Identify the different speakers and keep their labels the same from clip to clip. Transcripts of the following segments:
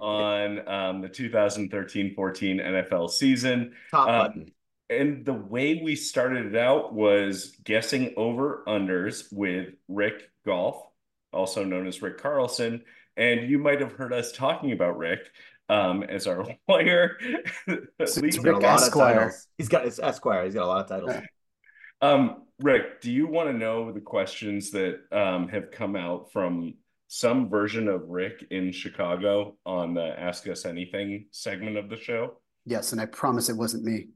Speaker 1: on um, the 2013-14 NFL season.
Speaker 2: Top
Speaker 1: Um,
Speaker 2: button.
Speaker 1: and the way we started it out was guessing over unders with Rick Golf, also known as Rick Carlson. And you might have heard us talking about Rick um, as our lawyer.
Speaker 2: He's
Speaker 1: Legal-
Speaker 2: got a
Speaker 3: Rick
Speaker 2: lot of
Speaker 3: Esquire.
Speaker 2: titles. He's got his Esquire. He's got a lot of titles.
Speaker 1: Um, Rick, do you want to know the questions that um, have come out from some version of Rick in Chicago on the Ask Us Anything segment of the show?
Speaker 3: Yes, and I promise it wasn't me.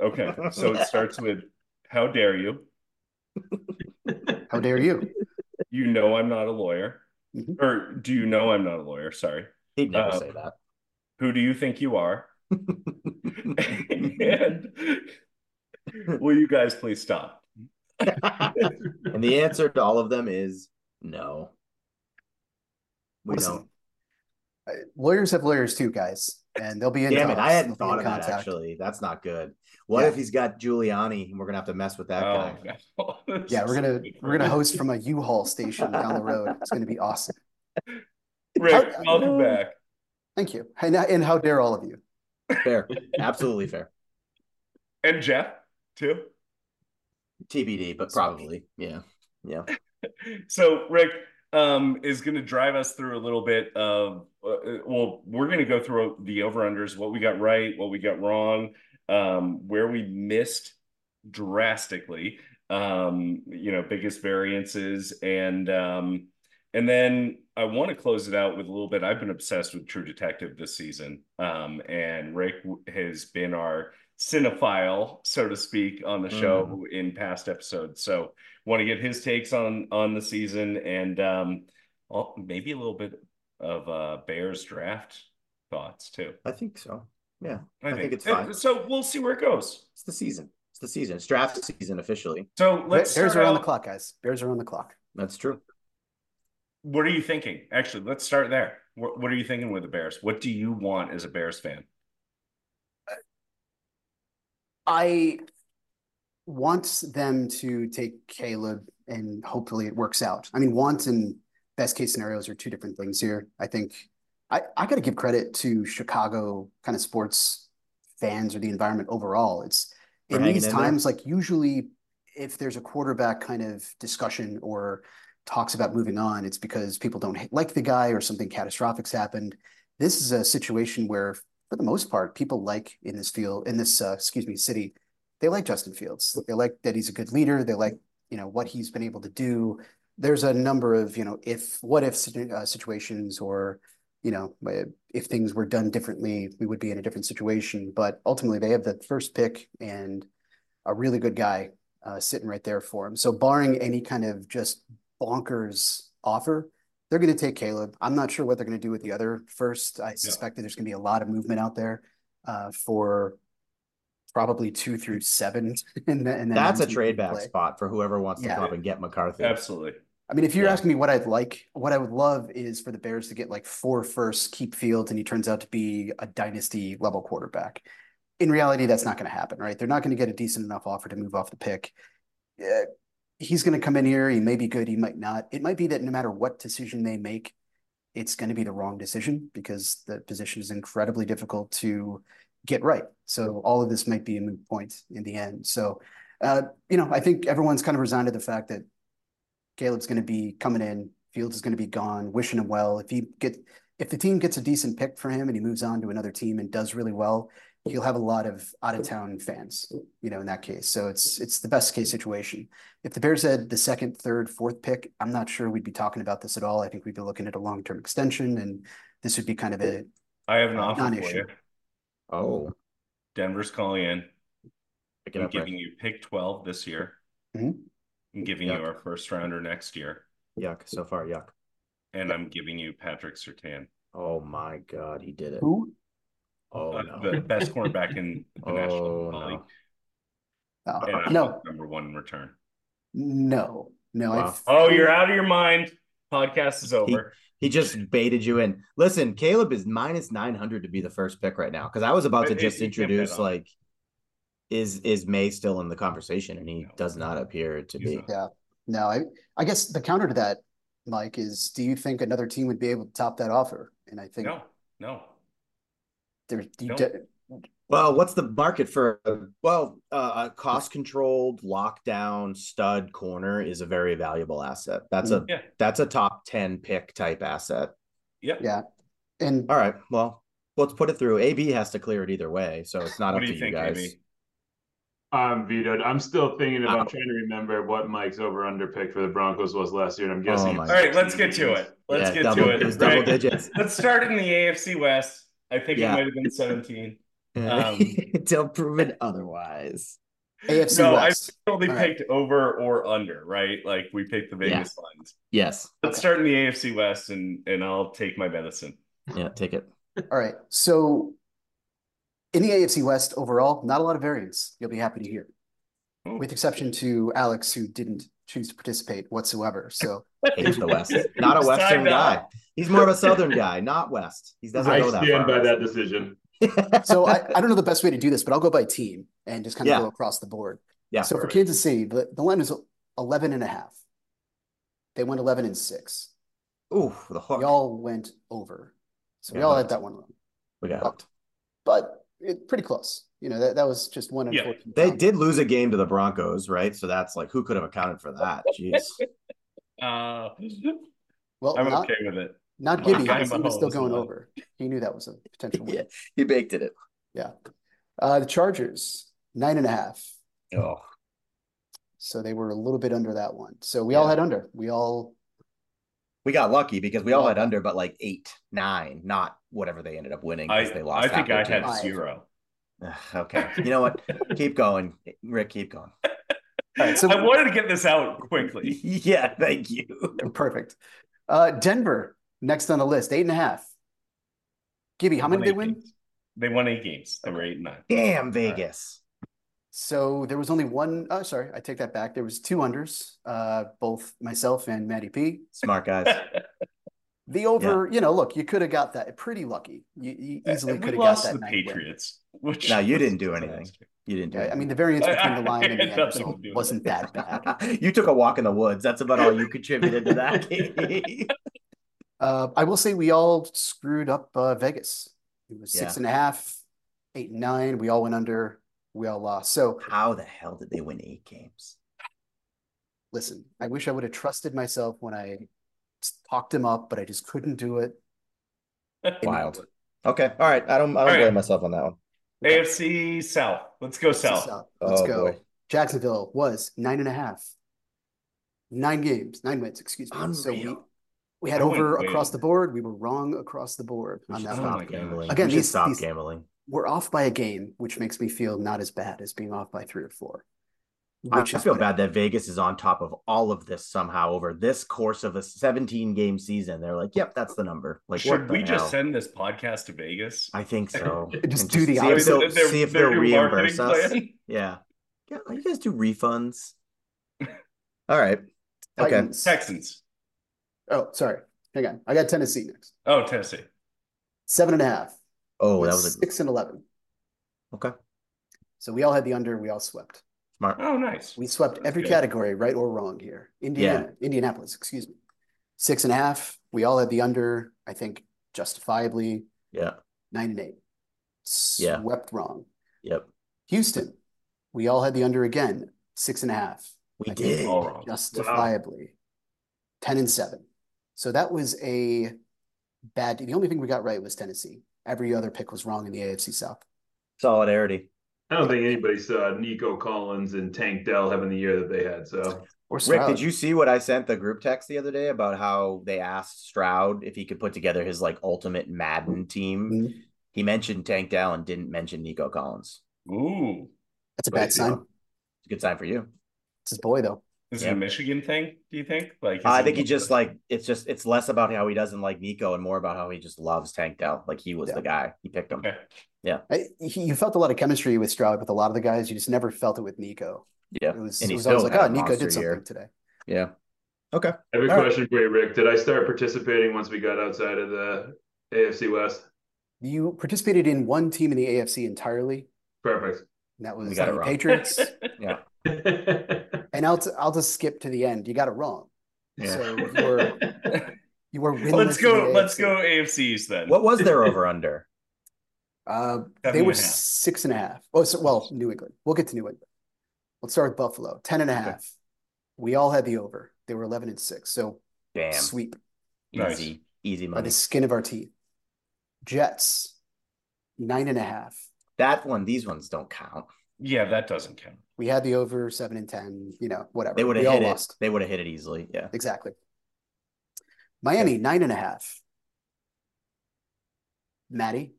Speaker 1: Okay, so it starts with How dare you?
Speaker 3: How dare you?
Speaker 1: You know I'm not a lawyer.
Speaker 3: Mhm.
Speaker 1: Or do you know I'm not a lawyer? Sorry.
Speaker 2: He'd never
Speaker 1: Uh,
Speaker 2: say that.
Speaker 1: Who do you think you are? and will you guys please stop?
Speaker 2: and the answer to all of them is no. We
Speaker 3: Listen,
Speaker 2: don't.
Speaker 3: Uh, Lawyers have lawyers too, guys, and they'll be in.
Speaker 2: Damn it!
Speaker 3: touch.
Speaker 2: I hadn't
Speaker 3: They'll
Speaker 2: thought
Speaker 3: be
Speaker 2: of
Speaker 3: in
Speaker 2: that
Speaker 3: contact.
Speaker 2: actually. That's not good. What
Speaker 3: Yeah.
Speaker 2: if he's got Giuliani and we're gonna have to mess with that guy?
Speaker 1: Oh, no.
Speaker 3: Yeah, we're gonna we're gonna host from a U-Haul station down the road. It's gonna be awesome.
Speaker 1: Rick,
Speaker 3: How-
Speaker 1: welcome back.
Speaker 3: Thank you, and, and how dare all of you?
Speaker 1: Oh.
Speaker 2: Fair, absolutely fair.
Speaker 1: And Jeff, too.
Speaker 2: TBD, but probably, yeah.
Speaker 1: So Rick um, is going to drive us through a little bit of uh, well, we're going to go through the over unders, what we got right, what we got wrong, um, where we missed drastically, um, you know, biggest variances, and um, and then I want to close it out with a little bit. I've been obsessed with True Detective this season, um, and Rick w- has been our cinephile, so to speak, on the
Speaker 2: Mm-hmm.
Speaker 1: show in past episodes. So want to get his takes on on the season and um all, maybe a little bit of uh bears draft thoughts too
Speaker 2: I think so. I think it's
Speaker 1: And
Speaker 2: fine.
Speaker 1: so we'll see where it goes
Speaker 2: It's the season. It's the season. It's draft season officially.
Speaker 1: so let's
Speaker 3: Bears
Speaker 1: start
Speaker 3: are on
Speaker 1: out-
Speaker 3: the clock, guys. Bears are on the clock.
Speaker 2: That's true.
Speaker 1: what are you thinking actually let's start there what, what are you thinking with the bears what do you want as a bears fan
Speaker 3: I want them to take Caleb and hopefully it works out. I mean, want and best case scenarios are two different things here. I think I, I got to give credit to Chicago kind of sports fans or the environment overall. It's
Speaker 2: For
Speaker 3: in
Speaker 2: hanging
Speaker 3: these
Speaker 2: in there.
Speaker 3: times, like usually if there's a quarterback kind of discussion or talks about moving on, it's because people don't h- like the guy or something catastrophic's happened. This is a situation where for the most part, people like in this field, in this, uh, excuse me, city, they like Justin Fields. They like that he's a good leader. They like, you know, what he's been able to do. There's a number of, you know, if, what if situ- uh, situations or, you know, uh, if things were done differently, we would be in a different situation. But ultimately, they have the first pick and a really good guy uh, sitting right there for him. So, barring any kind of just bonkers offer, they're going to take Caleb. I'm not sure what they're going to do with the other first. I suspect that there's going to be a lot of movement out there uh, for probably two through seven. and, then- and then
Speaker 2: That's a
Speaker 3: into
Speaker 2: trade back
Speaker 3: play.
Speaker 2: spot for whoever wants to
Speaker 3: Yeah.
Speaker 2: come up and get McCarthy.
Speaker 1: absolutely
Speaker 3: I mean, if you're
Speaker 2: Yeah.
Speaker 3: asking me what I'd like, what I would love is for the Bears to get like four firsts, keep Fields, and he turns out to be a dynasty level quarterback. In reality, that's not going to happen, right? They're not going to get a decent enough offer to move off the pick. Yeah, he's going to come in here. He may be good. He might not. It might be that no matter what decision they make, it's going to be the wrong decision because the position is incredibly difficult to get right. So all of this might be a moot point in the end. So, uh, you know, I think everyone's kind of resigned to the fact that Caleb's going to be coming in. Fields is going to be gone. Wishing him well. If he get, if the team gets a decent pick for him and he moves on to another team and does really well, he'll have a lot of out of town fans. You know, in that case, so it's it's the best case situation. If the Bears had the second, third, fourth pick, I'm not sure we'd be talking about this at all. I think we'd be looking at a long term extension, and this would be kind of a
Speaker 1: I have an offer for
Speaker 3: Non-issue.
Speaker 1: you.
Speaker 2: Oh,
Speaker 1: Denver's calling in.
Speaker 2: pick it
Speaker 1: I'm
Speaker 2: up. Rick.
Speaker 1: giving you pick 12 this year.
Speaker 3: Mhm.
Speaker 1: I'm giving
Speaker 2: Yeah.
Speaker 1: you our first rounder next year.
Speaker 2: Yuck. So far, yuck.
Speaker 1: And I'm giving you Patrick Sertan,
Speaker 2: Oh my God, he did it.
Speaker 3: Who?
Speaker 2: Oh
Speaker 1: uh,
Speaker 2: no.
Speaker 1: the best cornerback in the National
Speaker 2: Oh
Speaker 1: Football League.
Speaker 2: no.
Speaker 3: Oh,
Speaker 1: And I'm
Speaker 3: no,
Speaker 1: number one in return.
Speaker 3: no, no.
Speaker 2: Wow.
Speaker 3: I-
Speaker 1: Oh, you're out of your mind. Podcast is over.
Speaker 2: He just baited you in. Listen, Caleb is minus 900 to be the first pick right now because I was about to
Speaker 1: But
Speaker 2: just
Speaker 1: he- he kept that
Speaker 2: introduce
Speaker 1: up.
Speaker 2: like is is May still in the conversation and he
Speaker 1: No.
Speaker 2: does not appear to
Speaker 1: He's
Speaker 2: be.
Speaker 1: not.
Speaker 3: No, I, I guess the counter to that, Mike, is do you think another team would be able to top that offer? And I think
Speaker 1: No, no.
Speaker 3: there's you
Speaker 1: No.
Speaker 3: de-
Speaker 2: Well, what's the market for a- well, uh, a cost-controlled lockdown stud corner is a very valuable asset. That's a
Speaker 1: Yeah.
Speaker 2: that's a top 10 pick type asset.
Speaker 1: Yep.
Speaker 3: yeah. And
Speaker 2: All right. Well, let's put it through. AB has to clear it either way, so it's not
Speaker 1: What do
Speaker 2: up to
Speaker 1: you
Speaker 2: you
Speaker 1: think,
Speaker 2: guys.
Speaker 1: Amy?
Speaker 4: I'm vetoed. I'm still thinking
Speaker 2: Wow.
Speaker 4: about trying to remember what Mike's over under pick for the Broncos was last year, and I'm
Speaker 2: Oh
Speaker 4: guessing.
Speaker 2: my-
Speaker 4: it's
Speaker 1: All right, let's get to it. Let's
Speaker 2: Yeah,
Speaker 1: get
Speaker 2: double,
Speaker 1: to it.
Speaker 2: was
Speaker 1: Right.
Speaker 2: double digits.
Speaker 1: Let's start in the AFC West. I think
Speaker 2: Yeah.
Speaker 1: it might have been 17. Um,
Speaker 2: Until proven otherwise.
Speaker 3: AFC
Speaker 1: No, I
Speaker 3: West.
Speaker 1: only
Speaker 3: All right.
Speaker 1: picked over or under, right? Like we picked the Vegas lines.
Speaker 2: Yes.
Speaker 1: Let's
Speaker 3: Okay.
Speaker 1: start in the AFC West, and and I'll take my medicine.
Speaker 2: Yeah, take it.
Speaker 3: All right. So in the AFC West overall, not a lot of variance. You'll be happy to hear,
Speaker 1: Oh.
Speaker 3: with exception to Alex, who didn't choose to participate whatsoever. So
Speaker 2: Hates the West. Not a
Speaker 1: It's
Speaker 2: Western
Speaker 1: time to-
Speaker 2: guy. He's more of a Southern guy, not West. He doesn't
Speaker 4: I
Speaker 2: go that far.
Speaker 4: stand by
Speaker 2: west.
Speaker 4: that decision.
Speaker 3: so I, I don't know the best way to do this, but I'll go by team and just kind of
Speaker 2: Yeah.
Speaker 3: go across the board.
Speaker 2: Yeah.
Speaker 3: so for
Speaker 2: perfect.
Speaker 3: Kansas City, the, the line is 11 and a half. They went 11 and six.
Speaker 2: Ooh, the hook.
Speaker 3: Y'all went over. So we
Speaker 2: Yeah.
Speaker 3: all had that one wrong.
Speaker 2: we got hooked.
Speaker 3: but it, pretty close. You know, that, that was just one
Speaker 1: Yeah.
Speaker 3: unfortunate.
Speaker 2: They
Speaker 3: round.
Speaker 2: did lose a game to the Broncos, right? So that's like who could have accounted for that? Jeez.
Speaker 1: Uh,
Speaker 3: Well,
Speaker 1: I'm
Speaker 3: not,
Speaker 1: okay with it.
Speaker 3: not Gibby
Speaker 1: Kind
Speaker 3: because
Speaker 1: of
Speaker 3: he was still
Speaker 1: Mahomes
Speaker 3: going
Speaker 1: one.
Speaker 3: over. He knew that was a potential win.
Speaker 2: he baked it.
Speaker 3: Uh, the Chargers, nine and a half.
Speaker 2: Oh,
Speaker 3: So they were a little bit under that one. So we all
Speaker 2: Yeah.
Speaker 3: had under. We all
Speaker 2: we got lucky because we all had under, but like eight, nine, not whatever they ended up winning
Speaker 1: I
Speaker 2: because they lost.
Speaker 1: I think I
Speaker 2: halfway
Speaker 1: had
Speaker 2: through.
Speaker 3: Five.
Speaker 1: zero.
Speaker 2: okay. You know what? keep going, Rick. Keep going.
Speaker 3: right, so-
Speaker 1: I wanted to get this out quickly.
Speaker 2: yeah, thank you.
Speaker 3: perfect. Uh, Denver, next on the list, eight and a half. Gibby, how many did they
Speaker 1: Won eight
Speaker 3: win?
Speaker 1: games. They won eight games. They were eight and nine.
Speaker 2: Damn Vegas.
Speaker 3: So there was only one. Oh, sorry, I take that back. There was two unders. Uh, both myself and Matty P.
Speaker 2: Smart guys.
Speaker 3: The over, you know, look, you could have got that. Pretty lucky. You, you easily
Speaker 1: Uh, And
Speaker 3: could
Speaker 1: we
Speaker 3: have got
Speaker 1: lost
Speaker 3: that.
Speaker 1: the
Speaker 3: ninth win.
Speaker 1: Patriots. Which
Speaker 2: No, you
Speaker 1: was
Speaker 2: didn't do
Speaker 1: the
Speaker 2: anything.
Speaker 1: last year.
Speaker 2: You didn't do
Speaker 3: Yeah,
Speaker 2: it.
Speaker 3: I mean, the variance between the line and the
Speaker 1: It
Speaker 3: end
Speaker 1: doesn't
Speaker 3: result
Speaker 1: do
Speaker 3: wasn't that bad.
Speaker 2: you took a walk in the woods. That's about all you contributed to that game.
Speaker 3: Uh, I will say we all screwed up uh, Vegas. It was six
Speaker 2: Yeah.
Speaker 3: and a half, eight and nine. We all went under. We all lost. So
Speaker 2: How the hell did they win eight games?
Speaker 3: listen, I wish I would have trusted myself when I s- talked him up, but I just couldn't do it.
Speaker 2: Wild. Okay. All right. I don't I don't
Speaker 1: All right.
Speaker 2: blame myself on that one.
Speaker 1: AFC South. Let's go
Speaker 3: Let's
Speaker 1: South.
Speaker 3: go. Let's
Speaker 2: Oh,
Speaker 3: go.
Speaker 2: boy.
Speaker 3: Jacksonville was nine and a half. Nine games, nine wins, excuse me. So we,
Speaker 2: Unreal.
Speaker 3: we had
Speaker 1: I went
Speaker 3: over
Speaker 1: way
Speaker 3: across
Speaker 1: over.
Speaker 3: the board. We were wrong across the board
Speaker 2: We
Speaker 3: on
Speaker 2: should
Speaker 3: that
Speaker 1: Oh
Speaker 3: one.
Speaker 1: my
Speaker 2: stop
Speaker 1: gosh.
Speaker 2: gambling.
Speaker 3: Again,
Speaker 2: we should
Speaker 3: these-
Speaker 2: stop
Speaker 3: these-
Speaker 2: gambling.
Speaker 3: We're off by a game, which makes me feel not as bad as being off by three or four.
Speaker 2: I
Speaker 3: which is
Speaker 2: feel
Speaker 3: what-
Speaker 2: bad that Vegas is on top of all of this somehow over this course of a 17 game season. They're like, yep, that's the number. Like, what
Speaker 1: Should
Speaker 2: the
Speaker 1: we
Speaker 2: hell?
Speaker 1: just send this podcast to Vegas?
Speaker 2: I think so.
Speaker 3: Just
Speaker 2: And
Speaker 3: do the
Speaker 2: see
Speaker 1: I mean,
Speaker 2: if they'll,
Speaker 1: their- their-
Speaker 2: see if
Speaker 1: their
Speaker 2: they'll
Speaker 1: new marketing
Speaker 2: reimburse us.
Speaker 1: plan?
Speaker 2: Yeah. Yeah. You guys do refunds. All right. Okay.
Speaker 3: Titans.
Speaker 1: Texans.
Speaker 3: Oh, sorry. Hang on. I got Tennessee next.
Speaker 1: Oh, Tennessee.
Speaker 3: Seven and a half.
Speaker 2: Oh, that
Speaker 3: with
Speaker 2: was
Speaker 3: six and eleven.
Speaker 2: a, okay.
Speaker 3: So we all had the under. We all swept.
Speaker 2: Smart.
Speaker 1: Oh, nice.
Speaker 3: We swept
Speaker 1: That's
Speaker 3: every
Speaker 1: good.
Speaker 3: category, right or wrong here. Indiana, Indianapolis, excuse me. Six and a half. We all had the under. I think justifiably
Speaker 2: Yeah.
Speaker 3: nine and eight.
Speaker 2: Yeah.
Speaker 3: Swept wrong.
Speaker 2: Yep.
Speaker 3: Houston. We all had the under again. Six and a half.
Speaker 2: We
Speaker 3: I think
Speaker 2: did.
Speaker 1: All wrong.
Speaker 3: justifiably 10 and 7 so that was a bad the only thing we got right was tennessee every other pick was wrong in the afc south
Speaker 2: Solidarity.
Speaker 4: I don't think anybody saw Nico Collins and Tank Dell having the year that they had. So
Speaker 3: Or
Speaker 2: Rick,
Speaker 3: Stroud.
Speaker 2: did you see what I sent the group text the other day about how they asked Stroud if he could put together his like ultimate Madden team?
Speaker 3: Mhm.
Speaker 2: He mentioned Tank Dell and didn't mention Nico Collins.
Speaker 1: Ooh,
Speaker 3: That's a bad sign.
Speaker 2: It's a good sign for you.
Speaker 3: It's his boy though.
Speaker 1: is it
Speaker 2: Yeah.
Speaker 1: a Michigan thing? Do you think? Like, is
Speaker 2: I
Speaker 1: it-
Speaker 2: think he just like it's just it's less about how he doesn't like Nico and more about how he just loves Tank Dell. Like he was
Speaker 3: Yeah.
Speaker 2: the guy. He picked him.
Speaker 1: Okay.
Speaker 3: I, he, you felt a lot of chemistry with Stroud with a lot of the guys. You just never felt it with Nico.
Speaker 2: Yeah.
Speaker 3: It was,
Speaker 2: and
Speaker 3: it
Speaker 2: he
Speaker 3: was always
Speaker 2: still
Speaker 3: like,
Speaker 2: had
Speaker 3: oh,
Speaker 2: a
Speaker 3: Nico
Speaker 2: monster
Speaker 3: did something
Speaker 2: year.
Speaker 3: today.
Speaker 2: Yeah.
Speaker 4: I have a
Speaker 2: All right.
Speaker 4: question for you, Rick. Did I start participating once we got outside of the AFC West?
Speaker 3: You participated in one team in the AFC entirely,
Speaker 4: Perfect.
Speaker 3: and that
Speaker 2: We
Speaker 3: was
Speaker 2: got it
Speaker 3: the
Speaker 2: wrong.
Speaker 3: Patriots.
Speaker 4: yeah.
Speaker 3: and I'll, t- I'll just skip to the end. You got it wrong. So you were, you were winless.
Speaker 1: let's
Speaker 3: in
Speaker 1: go.
Speaker 3: the
Speaker 1: Let's
Speaker 3: AFC.
Speaker 1: go AFCs then.
Speaker 2: What was their over under?
Speaker 3: Uh,
Speaker 1: Seven
Speaker 3: they were
Speaker 1: and a half.
Speaker 3: six and a half. Oh, so, well, New England. We'll get to New England. Let's start with Buffalo. Ten and a
Speaker 2: Okay.
Speaker 3: half. We all had the over. They were 11 and six. So
Speaker 2: Damn.
Speaker 3: sweep
Speaker 1: Nice.
Speaker 2: Easy. Easy
Speaker 3: by
Speaker 2: money.
Speaker 3: the skin of our teeth. Jets, nine and a half.
Speaker 2: That one, these ones don't count.
Speaker 1: Yeah, that doesn't count.
Speaker 3: We had the over seven and 10, you know, whatever.
Speaker 2: They would have
Speaker 3: we all
Speaker 2: hit
Speaker 3: lost.
Speaker 2: it. They would have hit it easily. Yeah.
Speaker 3: Exactly. Miami, nine and a half. Maddie,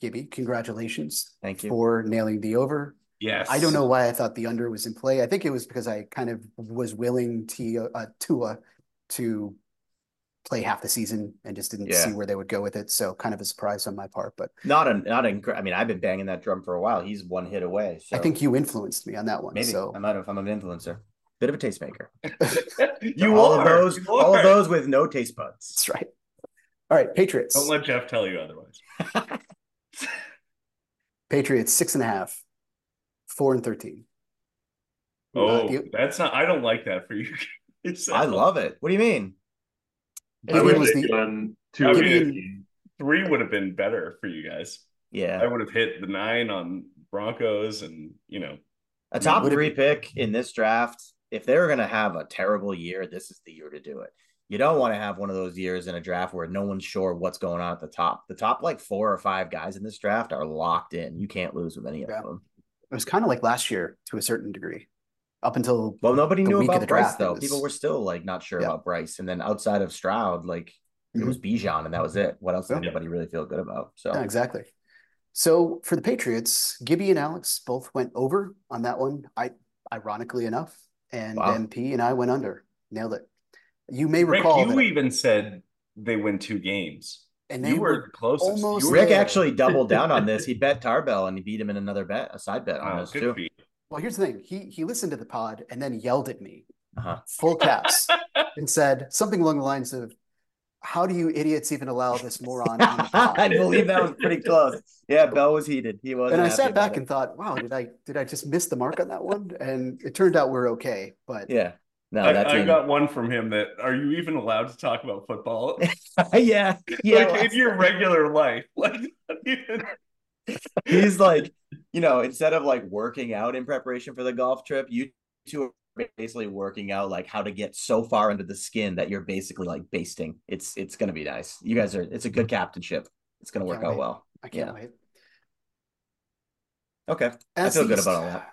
Speaker 3: Gibby, congratulations
Speaker 2: Thank you.
Speaker 3: for nailing the over.
Speaker 1: Yes.
Speaker 3: I don't know why I thought the under was in play. I think it was because I kind of was willing to uh, Tua to play half the season and just didn't
Speaker 2: Yeah.
Speaker 3: see where they would go with it. So kind of a surprise on my part, but
Speaker 2: Not a not a. I mean, I've been banging that drum for a while. He's one hit away. So
Speaker 3: I think you influenced me on that one.
Speaker 2: maybe
Speaker 3: So
Speaker 2: I might have. I'm an influencer, bit of a tastemaker.
Speaker 1: you
Speaker 2: all
Speaker 1: are
Speaker 2: of those,
Speaker 1: you
Speaker 2: all
Speaker 1: are.
Speaker 2: of those with no taste buds.
Speaker 3: that's right. All right, Patriots.
Speaker 1: Don't let Jeff tell you otherwise.
Speaker 3: Patriots, six and a half, four and 13. Uh,
Speaker 1: Oh,
Speaker 3: the-
Speaker 1: that's not. I don't like that for you. It's
Speaker 2: I love it. What do you mean?
Speaker 4: I
Speaker 3: Gideon
Speaker 4: would
Speaker 3: was
Speaker 4: have
Speaker 3: the-
Speaker 4: done two.
Speaker 1: I
Speaker 4: of
Speaker 1: mean-
Speaker 4: these.
Speaker 1: three would have been better for you guys. I
Speaker 2: Yeah,
Speaker 1: would have hit the nine on Broncos, and you know,
Speaker 2: a top
Speaker 3: would it
Speaker 2: three
Speaker 3: be-
Speaker 2: pick in this draft. If they're going to have a terrible year, this is the year to do it. You don't want to have one of those years in a draft where no one's sure what's going on at the top. The top like four or five guys in this draft are locked in. You can't lose with any of
Speaker 3: Yeah.
Speaker 2: them.
Speaker 3: It was kind of like last year to a certain degree, up until
Speaker 2: Well, nobody
Speaker 3: The
Speaker 2: knew
Speaker 3: week of
Speaker 2: about
Speaker 3: the
Speaker 2: Bryce
Speaker 3: draft, it
Speaker 2: though.
Speaker 3: was-
Speaker 2: People were still like not sure
Speaker 3: Yeah. Mm-hmm.
Speaker 2: about Bryce, and then outside of Stroud, like it was Bijan, and that was it. What else did
Speaker 3: Yeah.
Speaker 2: anybody really feel good about? So
Speaker 3: Yeah, exactly. So for the Patriots, Gibby and Alex both went over on that one. I ironically enough, and
Speaker 2: Wow.
Speaker 3: MP and I went under. Nailed it. You may
Speaker 1: Rick,
Speaker 3: recall
Speaker 1: you
Speaker 3: that,
Speaker 1: even said they win two games.
Speaker 3: and they
Speaker 1: You were,
Speaker 3: were
Speaker 1: the closest. You
Speaker 3: almost
Speaker 1: were-
Speaker 2: Rick
Speaker 3: there.
Speaker 2: actually doubled down on this. He bet Tarbell and he beat him in another bet, a side bet on
Speaker 1: Wow,
Speaker 2: this
Speaker 1: Oh, good
Speaker 2: too.
Speaker 1: for you.
Speaker 3: well. Here's the thing: he he listened to the pod and then yelled at me,
Speaker 2: Uh-huh.
Speaker 3: full caps, and said something along the lines of, "How do you idiots even allow this moron on the
Speaker 2: I
Speaker 3: pod?"
Speaker 2: believe that was pretty close. Yeah, Bell was heated. He was.
Speaker 3: And I sat back and thought, "Wow, did I did I just miss the mark on that one?" And it turned out we're okay, but
Speaker 2: yeah, no, that
Speaker 1: I, I
Speaker 2: team.
Speaker 1: got one from him that are you even allowed to talk about football?
Speaker 2: yeah, yeah.
Speaker 1: like
Speaker 2: well,
Speaker 1: in your regular life, like not even-
Speaker 2: he's like, you know, instead of like working out in preparation for the golf trip, you two are basically working out like how to get so far under the skin that you're basically like basting. It's it's gonna be nice. You guys are. It's a good captainship. It's gonna work
Speaker 3: Can't
Speaker 2: out
Speaker 3: wait.
Speaker 2: well.
Speaker 3: I can't
Speaker 2: Yeah.
Speaker 3: wait.
Speaker 2: Okay.
Speaker 3: That's
Speaker 2: feel good
Speaker 3: East.
Speaker 2: about all that.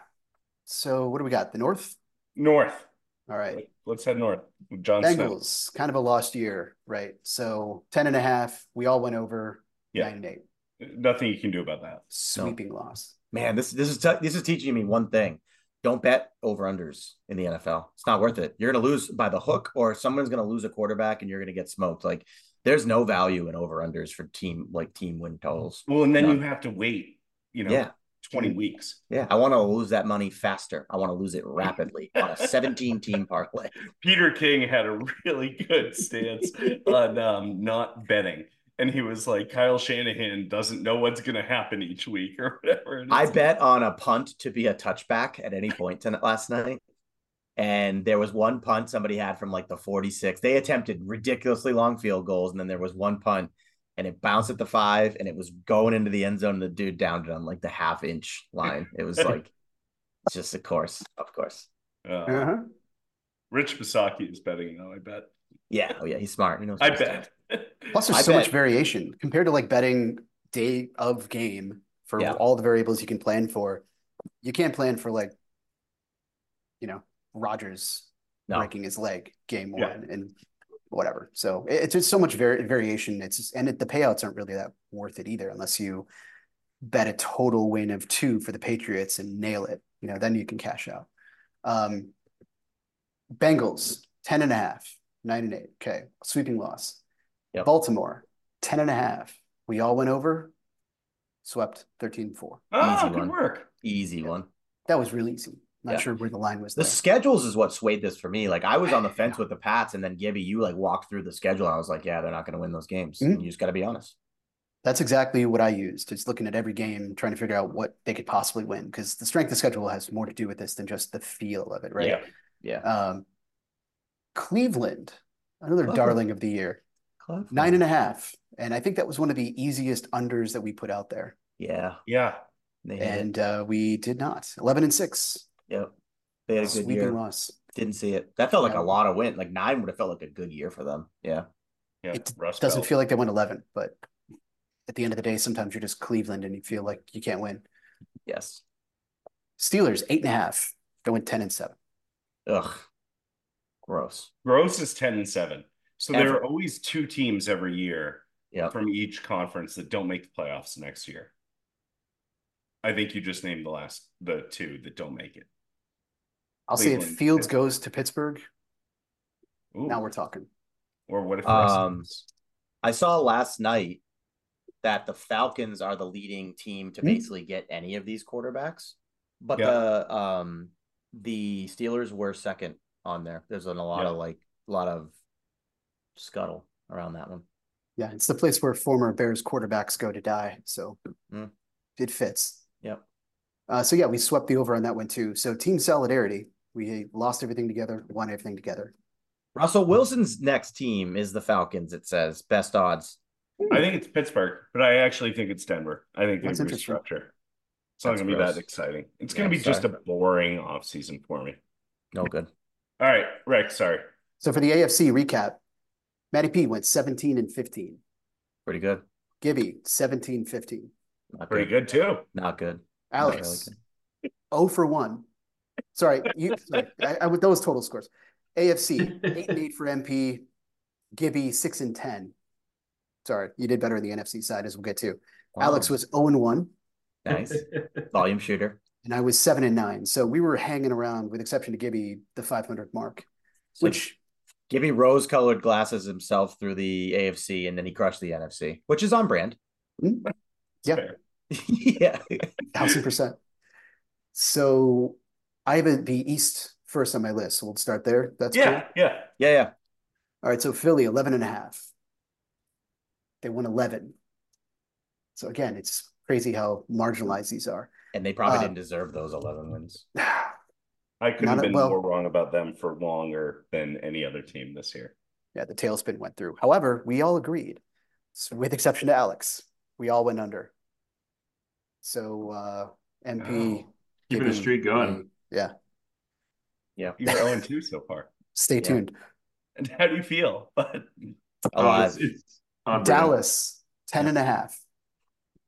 Speaker 3: So what do we got? The North?
Speaker 1: north.
Speaker 3: All right.
Speaker 1: Let's head north. John Snow.
Speaker 3: Bengals, kind of a lost year, right? So 10 and a half. We all went over
Speaker 1: Yeah.
Speaker 3: nine and eight.
Speaker 1: Nothing you can do about that.
Speaker 3: Sweeping loss.
Speaker 2: Man, this this is t- this is teaching me one thing. Don't bet over unders in the NFL. It's not worth it. You're going to lose by the hook, or someone's going to lose a quarterback, and you're going to get smoked. Like there's no value in over unders for team like team win totals.
Speaker 1: Well, and then
Speaker 2: No.
Speaker 1: you have to wait, you know,
Speaker 2: Yeah,
Speaker 1: 20 weeks.
Speaker 2: yeah. I want to lose that money faster. I want to lose it rapidly on a 17 team parlay.
Speaker 1: Peter King had a really good stance on um, not betting. And he was like, Kyle Shanahan doesn't know what's going to happen each week or whatever. And
Speaker 2: I
Speaker 1: it's-
Speaker 2: bet on a punt to be a touchback at any point tonight last night. And there was one punt somebody had from like the 46. They attempted ridiculously long field goals, and then there was one punt and it bounced at the five and it was going into the end zone. And the dude downed it on like the half inch line. It was like it's just a course, of course.
Speaker 1: Uh,
Speaker 3: Uh-huh.
Speaker 1: Rich Pisaki is betting, though, I bet.
Speaker 2: Yeah. Oh yeah, he's smart. He knows
Speaker 1: I
Speaker 2: what he's doing.
Speaker 1: bet.
Speaker 3: Plus there's
Speaker 2: I
Speaker 3: so much
Speaker 2: bet-
Speaker 3: variation compared to like betting day of game for
Speaker 2: Yeah.
Speaker 3: all the variables you can plan for. You can't plan for like, you know, Rogers
Speaker 2: No.
Speaker 3: breaking his leg game
Speaker 1: Yeah.
Speaker 3: one and whatever. So it- it's just so much vari- variation. It's just- and it, the payouts aren't really that worth it either, unless you bet a total win of two for the Patriots and nail it. You know, then you can cash out. Um, Bengals, 10 and a half, nine and eight. Okay. Sweeping loss.
Speaker 2: Yep.
Speaker 3: Baltimore, 10 and a half. We all went over, swept 13 4.
Speaker 1: Ah,
Speaker 2: Easy
Speaker 1: good
Speaker 2: one.
Speaker 1: work.
Speaker 2: Easy one.
Speaker 3: That was really easy. Not
Speaker 2: Yeah.
Speaker 3: sure where the line was.
Speaker 2: The
Speaker 3: There.
Speaker 2: schedules is what swayed this for me. Like I was on the fence with the Pats, and then Gibby, you like walked through the schedule, and I was like, yeah, they're not going to win those games.
Speaker 3: Mhm.
Speaker 1: Mm-hmm.
Speaker 2: And you just got to be honest.
Speaker 3: That's exactly what I used. It's looking at every game, trying to figure out what they could possibly win because the strength of schedule has more to do with this than just the feel of it, right?
Speaker 1: Yeah.
Speaker 2: Yeah,
Speaker 3: Um, Cleveland, another
Speaker 2: Cleveland.
Speaker 3: darling of the year, nine
Speaker 2: Mm-hmm.
Speaker 3: and a half. And I think that was one of the easiest unders that we put out there.
Speaker 2: yeah,
Speaker 1: Yeah.
Speaker 2: they had it.
Speaker 3: And uh, we did not. 11 and six,
Speaker 2: Yep, they had a good
Speaker 3: sweeping
Speaker 2: year.
Speaker 3: loss.
Speaker 2: Didn't see it. That felt like
Speaker 3: Yeah.
Speaker 2: a lot of win. Like nine would have felt like a good year for them. Yeah,
Speaker 1: Yeah.
Speaker 3: It
Speaker 1: Rust
Speaker 3: Doesn't
Speaker 1: Belt.
Speaker 3: feel like they went 11, but at the end of the day, sometimes you're just Cleveland and you feel like you can't win.
Speaker 2: yes.
Speaker 3: Steelers, eight and a half, going 10 and seven.
Speaker 2: Ugh, gross.
Speaker 1: Gross is 10 and 7. So there
Speaker 2: Ever.
Speaker 1: are always two teams every year
Speaker 2: Yeah.
Speaker 1: from each conference that don't make the playoffs next year. I think you just named the last the two that don't make it.
Speaker 3: I'll say if
Speaker 1: Cleveland,
Speaker 3: Fields
Speaker 1: yeah.
Speaker 3: goes to Pittsburgh,
Speaker 1: Ooh.
Speaker 3: now we're talking.
Speaker 1: or what if
Speaker 2: Um,
Speaker 1: Russ-
Speaker 2: I saw last night that the Falcons are the leading team to
Speaker 3: Hmm.
Speaker 2: basically get any of these quarterbacks, but
Speaker 1: Yeah.
Speaker 2: the um the Steelers were second on there. There's been a lot
Speaker 1: Yeah.
Speaker 2: of like a lot of scuttle around that one.
Speaker 3: Yeah, it's the place where former Bears quarterbacks go to die. So
Speaker 2: Mm.
Speaker 3: it fits.
Speaker 2: Yep.
Speaker 3: Uh, so yeah, we swept the over on that one too. So team solidarity. We lost everything together, won everything together.
Speaker 2: Russell Wilson's next team is the Falcons. It says best odds.
Speaker 1: I think it's Pittsburgh, but I actually think it's Denver. I think they
Speaker 3: That's interesting.
Speaker 1: restructure. It's not going
Speaker 2: That's
Speaker 1: to be
Speaker 2: gross.
Speaker 1: that exciting. It's
Speaker 2: Yeah,
Speaker 1: going
Speaker 2: I'm
Speaker 1: to be just a
Speaker 2: sorry.
Speaker 1: boring offseason for me.
Speaker 2: No good.
Speaker 1: All right, Rex, sorry.
Speaker 3: So for the AFC recap, Matty P went 17 and 15.
Speaker 2: Pretty good.
Speaker 3: Gibby, 17 15.
Speaker 2: Not
Speaker 1: Pretty good too.
Speaker 2: Not good. Not really
Speaker 3: Alex,
Speaker 2: good.
Speaker 3: 0 for 1. Sorry, you sorry, I, I with those total scores. AFC, 8 and 8 for MP. Gibby, 6 and 10. Sorry, you did better on the NFC side, as we'll get to. Alex
Speaker 2: Wow.
Speaker 3: was 0 and 1.
Speaker 2: nice volume shooter.
Speaker 3: and I was seven and nine. So we were hanging around, with exception to Gibby, the 500 mark,
Speaker 2: So
Speaker 3: which
Speaker 2: Give me rose colored glasses himself through the AFC and then he crushed the NFC, which is on brand.
Speaker 3: Mm-hmm. Yeah.
Speaker 1: Fair.
Speaker 2: yeah.
Speaker 3: thousand percent. So I have a- the East first on my list. So we'll start there. That's
Speaker 1: Yeah,
Speaker 3: cool.
Speaker 1: yeah.
Speaker 2: Yeah. Yeah.
Speaker 3: All right. So Philly, 11 and a half. They won 11. So again, it's crazy how marginalized these are.
Speaker 2: And they probably
Speaker 3: Uh,
Speaker 2: didn't deserve those 11 wins.
Speaker 3: yeah,
Speaker 1: I could
Speaker 3: Not
Speaker 1: have
Speaker 3: a-
Speaker 1: been
Speaker 3: well-
Speaker 1: more wrong about them for longer than any other team this year.
Speaker 3: the tailspin went through. However, we all agreed, so with exception to Alex, we all went under. So uh, MP.
Speaker 1: Oh.
Speaker 4: Keeping the
Speaker 3: Gibby,
Speaker 4: streak going.
Speaker 3: Yeah.
Speaker 2: Yeah.
Speaker 1: You're 0 2 so far.
Speaker 3: Stay
Speaker 2: Yeah.
Speaker 3: tuned.
Speaker 1: And how do you feel? But
Speaker 4: Oh,
Speaker 2: Alive.
Speaker 4: it's, it's on brand.
Speaker 3: Dallas, 10 and a half.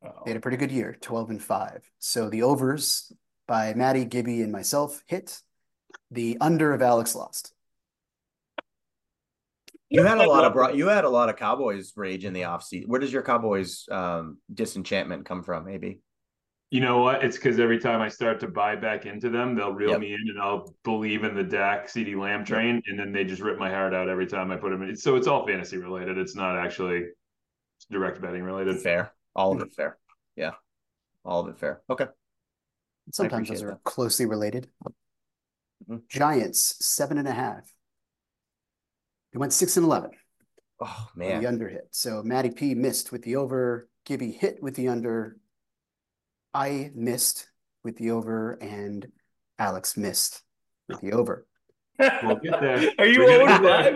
Speaker 1: oh,
Speaker 3: They had a pretty good year, 12 and 5. So the overs by Maddie, Gibby, and myself hit. The under of Alex lost.
Speaker 2: you had a lot of bro- you had a lot of Cowboys rage in the offseason. Where does your Cowboys um, disenchantment come from? Maybe.
Speaker 4: You know what? It's because every time I start to buy back into them, they'll reel
Speaker 2: Yep.
Speaker 4: me in, and I'll believe in the Dak, CD Lamb train, and then they just rip my heart out every time I put them in. So it's all fantasy related. It's not actually direct betting related.
Speaker 2: Fair. All of it fair. Yeah. All of it fair. Okay.
Speaker 3: Sometimes those
Speaker 2: appreciate
Speaker 3: are
Speaker 2: that.
Speaker 3: closely related.
Speaker 2: Mhm.
Speaker 3: Giants, seven and a half. They went six and 11.
Speaker 2: Oh
Speaker 3: on The
Speaker 2: man.
Speaker 3: under hit. So Maddie P missed with the over. Gibby hit with the under. I missed with the over, and Alex missed with the over.
Speaker 4: We'll get there.
Speaker 1: Are you
Speaker 4: We're
Speaker 1: over
Speaker 4: gonna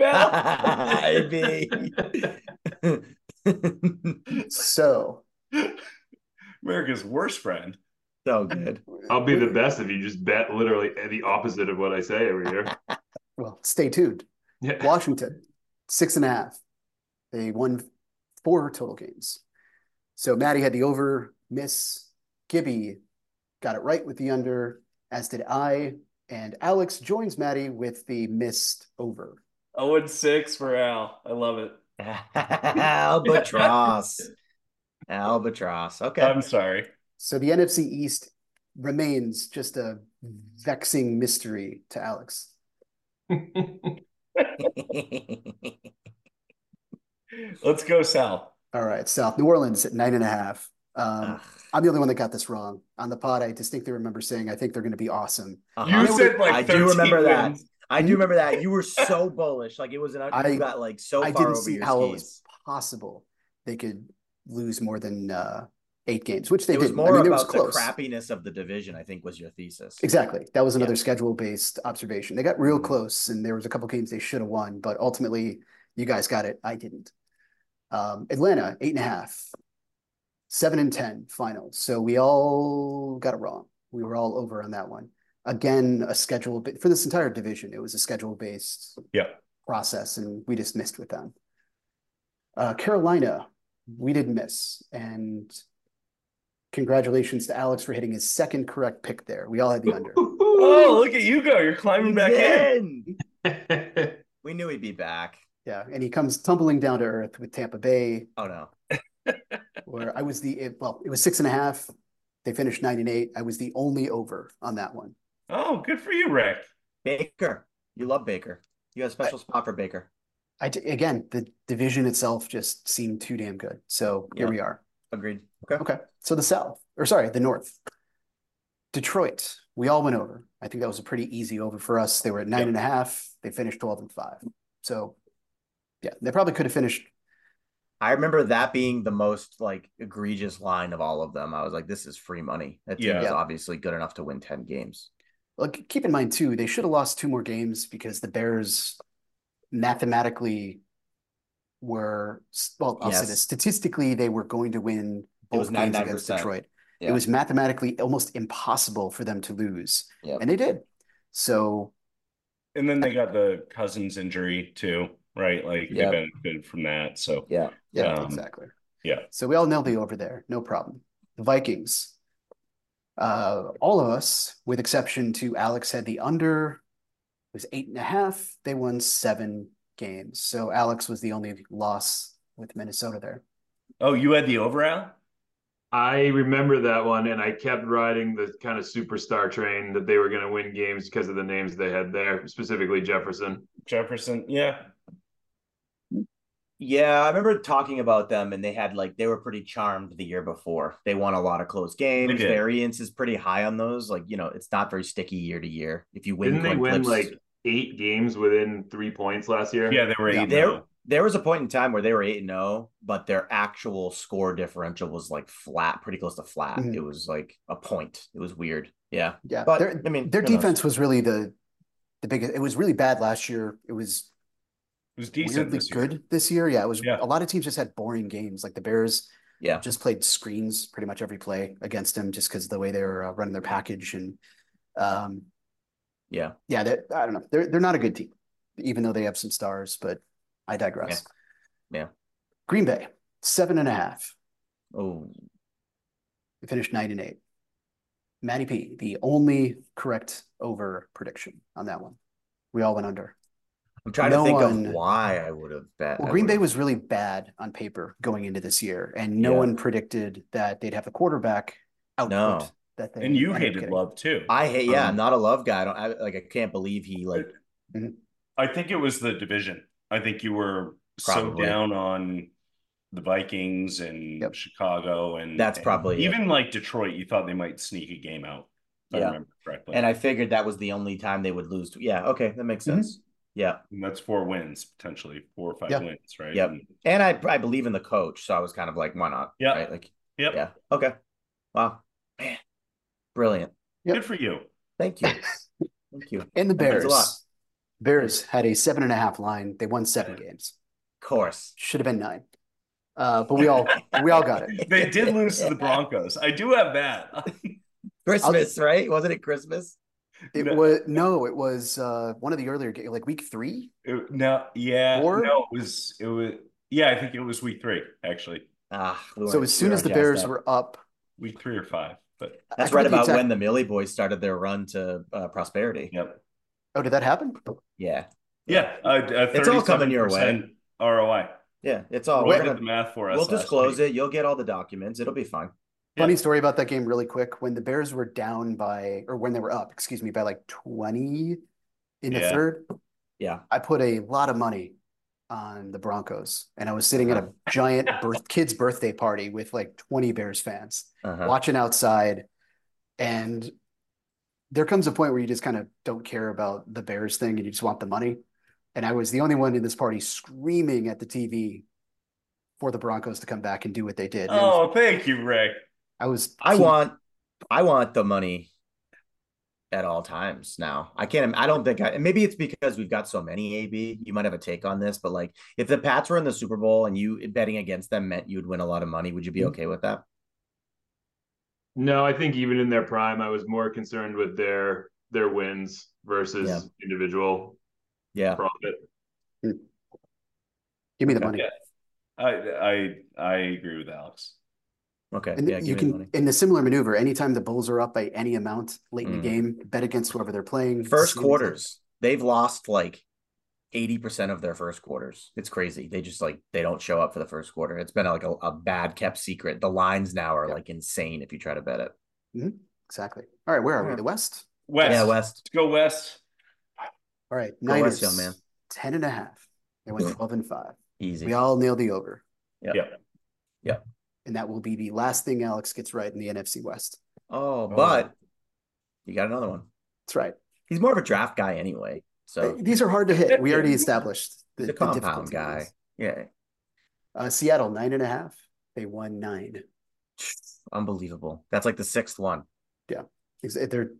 Speaker 1: five,
Speaker 4: get
Speaker 1: Al?
Speaker 2: Maybe.
Speaker 3: So
Speaker 1: America's worst friend.
Speaker 2: so good.
Speaker 4: I'll be the best if you just bet literally the opposite of what I say every year.
Speaker 3: Well, stay tuned.
Speaker 4: Yeah.
Speaker 3: Washington, six and a half. They won four total games. So Maddie had the over, miss. Gibby got it right with the under, as did I. And Alex joins Maddie with the missed over.
Speaker 1: 0 and 6 for Al. I love it.
Speaker 2: Albatross. Albatross. Okay.
Speaker 1: I'm sorry.
Speaker 3: So the NFC East remains just a vexing mystery to Alex.
Speaker 1: Let's go south.
Speaker 3: All right, South New Orleans at nine and a half. Um,
Speaker 2: Ugh.
Speaker 3: I'm the only one that got this wrong. On the pod, I distinctly remember saying, I think they're going to be awesome.
Speaker 2: Uh-huh.
Speaker 1: You said like
Speaker 2: I
Speaker 1: 13
Speaker 2: do remember that.
Speaker 1: wins.
Speaker 2: I do remember that. You were so bullish. Like it was an
Speaker 3: I-
Speaker 2: you got like so
Speaker 3: I
Speaker 2: far
Speaker 3: didn't
Speaker 2: over
Speaker 3: see
Speaker 2: your
Speaker 3: how it
Speaker 2: skis.
Speaker 3: was possible they could lose more than uh, eight games, which they
Speaker 2: it was
Speaker 3: didn't.
Speaker 2: more
Speaker 3: I mean, it was
Speaker 2: about the
Speaker 3: close.
Speaker 2: crappiness of the division, I think was your thesis.
Speaker 3: Exactly. That was another
Speaker 2: Yeah.
Speaker 3: schedule based observation. They got real
Speaker 2: Mhm.
Speaker 3: close, and there was a couple games they should have won, but ultimately, you guys got it. I didn't. Um, Atlanta, eight and a half, seven and 10 final. So we all got it wrong. We were all over on that one. Again, a schedule, but for this entire division, it was a schedule based
Speaker 1: Yeah.
Speaker 3: process, and we just missed with them. Uh, Carolina, we did miss, and congratulations to Alex for hitting his second correct pick there. We all had the under.
Speaker 1: Oh, look at you go. You're climbing back in.
Speaker 2: in. We knew he'd be back.
Speaker 3: Yeah, and he comes tumbling down to earth with Tampa Bay,
Speaker 2: Oh no.
Speaker 3: where I was the it, well, it was six and a half. They finished nine and eight. I was the only over on that one.
Speaker 1: Oh, good for you, Rick.
Speaker 2: Baker. You love Baker. You got a special spot for Baker.
Speaker 3: I d- again, the division itself just seemed too damn good. So here
Speaker 2: Yeah.
Speaker 3: we are.
Speaker 2: Agreed. Okay.
Speaker 3: Okay, so the South, or sorry, the North, Detroit. We all went over. I think that was a pretty easy over for us. They were at nine and a half. They finished twelve and five. So yeah, they probably could have finished.
Speaker 2: I remember that being the most like egregious line of all of them. I was like, this is free money. That team
Speaker 1: Yeah.
Speaker 2: is
Speaker 3: Yeah.
Speaker 2: obviously good enough to win 10 games.
Speaker 3: Like, keep in mind too, they should have lost two more games because the Bears mathematically were well. I'll say
Speaker 2: Yes.
Speaker 3: this statistically, they were going to win
Speaker 2: It was
Speaker 3: both games against
Speaker 2: 99%.
Speaker 3: Detroit. It
Speaker 2: Yeah.
Speaker 3: was mathematically almost impossible for them to lose,
Speaker 2: Yep.
Speaker 3: and they did. So
Speaker 1: And then they got the Cousins injury too, right? Like they
Speaker 2: Yeah.
Speaker 1: benefited from that. So
Speaker 2: Yeah.
Speaker 3: Yeah,
Speaker 1: Um,
Speaker 3: exactly.
Speaker 1: yeah.
Speaker 3: So we all know the over there, no problem. The Vikings. Uh, all of us, with exception to Alex, had the under. It was eight and a half. They won seven games. So Alex was the only loss with Minnesota there.
Speaker 1: oh, you had the over Al?
Speaker 4: I remember that one, and I kept riding the kind of superstar train that they were going to win games because of the names they had there, specifically Jefferson.
Speaker 1: Jefferson. Yeah.
Speaker 2: Yeah, I remember talking about them, and they had like they were pretty charmed the year before. They won a lot of close games.
Speaker 1: did.
Speaker 2: Variance is pretty high on those. Like you know, it's not very sticky year to year. If you win,
Speaker 4: Didn't they
Speaker 2: coin
Speaker 4: win
Speaker 2: flips-
Speaker 4: like eight games within three points last year?
Speaker 1: Yeah, they were
Speaker 3: Yeah.
Speaker 1: eight. oh.
Speaker 2: There-
Speaker 1: now.
Speaker 2: There was a point in time where they were eight and zero, but their actual score differential was like flat, pretty close to flat.
Speaker 4: Mm-hmm.
Speaker 3: Mhm.
Speaker 2: It was like a point. It was weird. Yeah,
Speaker 3: Yeah.
Speaker 2: but
Speaker 3: their
Speaker 2: I mean,
Speaker 3: their
Speaker 2: who knows?
Speaker 3: defense was really the the biggest. It was really bad last year. It was
Speaker 1: It was decent.
Speaker 3: weirdly
Speaker 1: This year.
Speaker 3: good this year. Yeah, it was
Speaker 1: Yeah.
Speaker 3: a lot of teams just had boring games. Like the Bears
Speaker 2: Yeah.
Speaker 3: just played screens pretty much every play against them just because the way they were uh, running their package and um,
Speaker 2: Yeah.
Speaker 3: yeah, they I don't know. They're they're not a good team, even though they have some stars. But I digress.
Speaker 2: Yeah. Yeah.
Speaker 3: Green Bay seven and a half.
Speaker 2: Oh,
Speaker 3: They finished nine and eight. Matty P, the only correct over prediction on that one. We all went under.
Speaker 2: I'm trying
Speaker 3: No
Speaker 2: to think
Speaker 3: one-
Speaker 2: of why I would have bet.
Speaker 3: Well,
Speaker 2: I
Speaker 3: Green Bay
Speaker 2: would've-
Speaker 3: was really bad on paper going into this year, and no
Speaker 2: Yeah.
Speaker 3: one predicted that they'd have the quarterback output
Speaker 2: No.
Speaker 3: that they
Speaker 1: And you
Speaker 3: ended up
Speaker 1: hated
Speaker 3: getting.
Speaker 1: love too.
Speaker 2: I hate. Yeah,
Speaker 1: Um,
Speaker 2: I'm not a love guy. I don't. I, like I can't believe he like.
Speaker 1: I think it was the division. I think you were
Speaker 2: Probably.
Speaker 1: so down on the Vikings and
Speaker 3: Yep.
Speaker 1: Chicago and
Speaker 2: That's
Speaker 1: and
Speaker 2: probably it.
Speaker 1: even like Detroit, you thought they might sneak a game out, if I
Speaker 2: Yeah.
Speaker 1: remember correctly.
Speaker 2: And I figured that was the only time they would lose. To, yeah, okay, that makes
Speaker 3: Mhm.
Speaker 2: sense. Yeah,
Speaker 1: And that's four wins, potentially four or five
Speaker 3: Yeah.
Speaker 1: wins, right?
Speaker 2: Yep.
Speaker 1: And-
Speaker 2: and I I believe in the coach, so I was kind of like, why not?
Speaker 1: Yeah.
Speaker 2: right? like
Speaker 1: Yep.
Speaker 2: yeah, okay, wow, man, brilliant.
Speaker 3: Yep.
Speaker 1: Good for you.
Speaker 2: Thank you, thank you. Of
Speaker 3: And the
Speaker 2: That means a lot.
Speaker 3: Bears, Bears had a seven and a half line. They won seven games.
Speaker 2: course,
Speaker 3: Should have been nine, uh, but we all we all got it.
Speaker 1: They did lose to the Broncos. I do have that.
Speaker 2: Christmas, right? Wasn't it Christmas?
Speaker 3: It
Speaker 1: No.
Speaker 3: was no, it was uh, one of the earlier ga- like week three.
Speaker 1: It- no, yeah.
Speaker 3: Or-
Speaker 1: No, it was it was yeah, I think it was week three, actually.
Speaker 2: Ah, we
Speaker 3: So
Speaker 2: weren't-
Speaker 3: as
Speaker 2: we
Speaker 3: soon as
Speaker 2: weren't
Speaker 3: the
Speaker 2: jazzed
Speaker 3: Bears
Speaker 2: up.
Speaker 3: were up,
Speaker 1: Week three or five. But
Speaker 2: That's
Speaker 3: I forget
Speaker 2: right
Speaker 3: the
Speaker 2: about
Speaker 3: exact-
Speaker 2: when the Millie Boys started their run to uh, prosperity.
Speaker 1: yeah,
Speaker 3: Oh, did that happen?
Speaker 2: Yeah,
Speaker 1: yeah, uh, uh,
Speaker 2: It's all coming your way.
Speaker 1: 37% ROI.
Speaker 2: yeah, it's all.
Speaker 1: Roy
Speaker 2: We're
Speaker 1: did
Speaker 2: gonna,
Speaker 1: the math for us.
Speaker 2: we'll
Speaker 1: last
Speaker 2: disclose
Speaker 1: week.
Speaker 2: it. You'll get all the documents. It'll be fine.
Speaker 1: Yeah.
Speaker 3: Funny story about that game, really quick. When the Bears were down by, or when they were up, excuse me, by like 20 in the
Speaker 1: Yeah.
Speaker 3: third,
Speaker 2: Yeah.
Speaker 3: I put a lot of money on the Broncos. And I was sitting at a giant birth, kids' birthday party with like 20 Bears fans
Speaker 2: Uh-huh.
Speaker 3: watching outside. And there comes a point where you just kind of don't care about the Bears thing and you just want the money. And I was the only one in this party screaming at the TV for the Broncos to come back and do what they did. And it was-
Speaker 1: Oh, thank you, Rick.
Speaker 3: I was
Speaker 2: I
Speaker 3: keen-
Speaker 2: want I want the money at all times now. I can't I don't think I and maybe it's because we've got so many AB. You might have a take on this, but like if the Pats were in the Super Bowl and you betting against them meant you'd win a lot of money, would you
Speaker 1: Mm-hmm.
Speaker 2: be okay with that?
Speaker 4: No, I think even in their prime, I was more concerned with their their wins versus
Speaker 2: Yeah.
Speaker 4: individual
Speaker 2: Yeah.
Speaker 4: profit.
Speaker 3: give me the money.
Speaker 1: Yeah. I I I agree with Alex.
Speaker 2: Okay.
Speaker 3: And
Speaker 2: yeah, give me the
Speaker 3: you can
Speaker 2: money.
Speaker 3: in the similar maneuver, anytime the Bulls are up by any amount late in
Speaker 2: Mm.
Speaker 3: the game, bet against whoever they're playing.
Speaker 2: First
Speaker 3: see what they-
Speaker 2: quarters. They've lost like 80% of their first quarters. It's crazy. They just like they don't show up for the first quarter. It's been like a, a bad kept secret. The lines now are
Speaker 3: Yeah.
Speaker 2: like insane if you try to bet it.
Speaker 3: Exactly. All right, where are we?
Speaker 2: Yeah.
Speaker 3: The West?
Speaker 1: West.
Speaker 2: Yeah, West.
Speaker 1: Let's go West.
Speaker 3: All right,
Speaker 2: Go West,
Speaker 3: Niners,
Speaker 2: young man.
Speaker 3: 10 and a half. They went 12 and 5.
Speaker 2: Easy.
Speaker 3: We all nailed the over.
Speaker 2: Yeah.
Speaker 1: Yeah.
Speaker 2: Yeah.
Speaker 3: And that will be the last thing Alex gets right in the NFC West.
Speaker 2: Oh, but you got another one.
Speaker 3: That's right.
Speaker 2: He's more of a draft guy anyway. So
Speaker 3: These are hard to hit. We already established
Speaker 2: he's a
Speaker 3: difficulty
Speaker 2: compound
Speaker 3: of
Speaker 2: guy.
Speaker 3: these.
Speaker 2: Yeah.
Speaker 3: Uh, Seattle, nine and a half. They won nine.
Speaker 2: Unbelievable. That's like the sixth one.
Speaker 3: It's- They're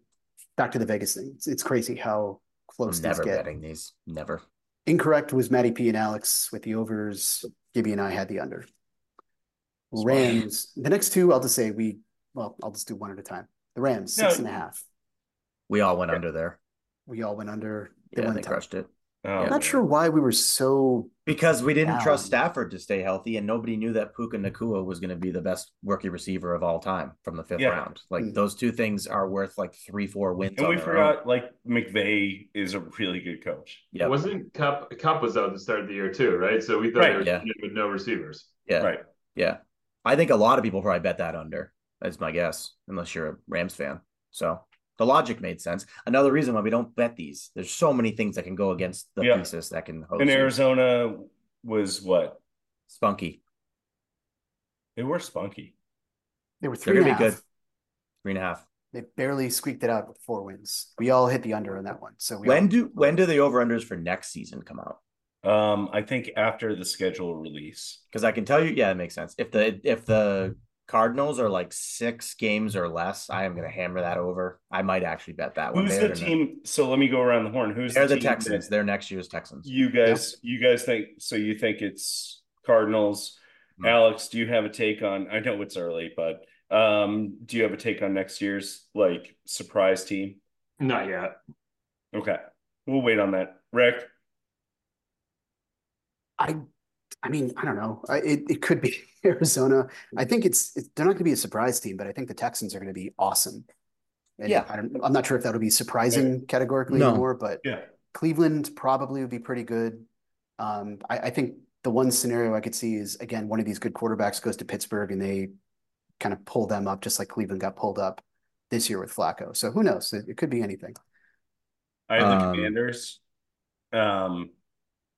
Speaker 3: back to the Vegas thing. It's, it's crazy how close
Speaker 2: I'm
Speaker 3: these
Speaker 2: never
Speaker 3: get.
Speaker 2: betting these. Never.
Speaker 3: Incorrect was Matty P and Alex with the overs. Gibby and I had the under.
Speaker 2: Smart.
Speaker 3: Rams. The next two, I'll just say we. Well, I'll just do one at a time. The Rams six
Speaker 1: No.
Speaker 3: and a half.
Speaker 2: We all went under there.
Speaker 3: We all went under. They
Speaker 2: Yeah,
Speaker 3: went
Speaker 2: they
Speaker 3: top.
Speaker 2: crushed it.
Speaker 1: Oh,
Speaker 2: Yeah.
Speaker 3: I'm
Speaker 1: man.
Speaker 3: not sure why we were so.
Speaker 2: Because we didn't trust
Speaker 3: Down.
Speaker 2: Stafford to stay healthy, and nobody knew that Puka Nakua was going to be the best rookie receiver of all time from the fifth
Speaker 1: Yeah.
Speaker 2: round. Like
Speaker 3: Mm.
Speaker 2: those two things are worth like three, four wins.
Speaker 1: And
Speaker 2: on
Speaker 1: we
Speaker 2: their own.
Speaker 1: forgot like McVay is a really good coach.
Speaker 2: Yeah.
Speaker 4: Wasn't Cup Cup was out at the start of the year too, right? So we thought
Speaker 1: Right,
Speaker 4: they were
Speaker 2: yeah.
Speaker 4: with no receivers.
Speaker 2: Yeah.
Speaker 1: Right.
Speaker 2: Yeah. I think a lot of people probably bet that under, is my guess, unless you're a Rams fan. So the logic made sense. Another reason why we don't bet these. There's so many things that can go against the
Speaker 1: Yeah.
Speaker 2: thesis that can host
Speaker 1: And Arizona was what?
Speaker 2: spunky.
Speaker 1: They were spunky.
Speaker 3: They were
Speaker 2: They're
Speaker 3: three
Speaker 2: gonna
Speaker 3: and a
Speaker 2: be
Speaker 3: half.
Speaker 2: good. Three and a half.
Speaker 3: They barely squeaked it out with four wins. We all hit the under on that one. So we
Speaker 2: When
Speaker 3: all-
Speaker 2: do when do the over unders for next season come out?
Speaker 1: Um, I think after the schedule release.
Speaker 2: Because I can tell you, yeah, it makes sense. If the if the Cardinals are like six games or less, I am gonna hammer that over. I might actually bet that one.
Speaker 1: Who's
Speaker 2: They're
Speaker 1: the team? So let me go around the horn. Who's
Speaker 2: They're the
Speaker 1: team that
Speaker 2: Texans. They're next year's Texans.
Speaker 1: You guys, you guys think so? You think it's Cardinals?
Speaker 2: Hmm.
Speaker 1: Alex, do you have a take on? I know it's early, but um, do you have a take on next year's like surprise team?
Speaker 4: Not yet.
Speaker 1: Okay, we'll wait on that. Rick,
Speaker 3: I, I mean, I don't know. I, it it could be Arizona. I think it's, it's they're not going to be a surprise team, but I think the Texans are going to be awesome. And
Speaker 2: Yeah.
Speaker 3: I don't, I'm not sure if that'll be surprising categorically
Speaker 2: No.
Speaker 3: anymore, but
Speaker 1: yeah,
Speaker 3: Cleveland probably would be pretty good. Um, I, I think the one scenario I could see is again one of these good quarterbacks goes to Pittsburgh and they kind of pull them up, just like Cleveland got pulled up this year with Flacco. So who knows? It, it could be anything.
Speaker 1: I have the
Speaker 2: Um,
Speaker 1: Commanders. Um,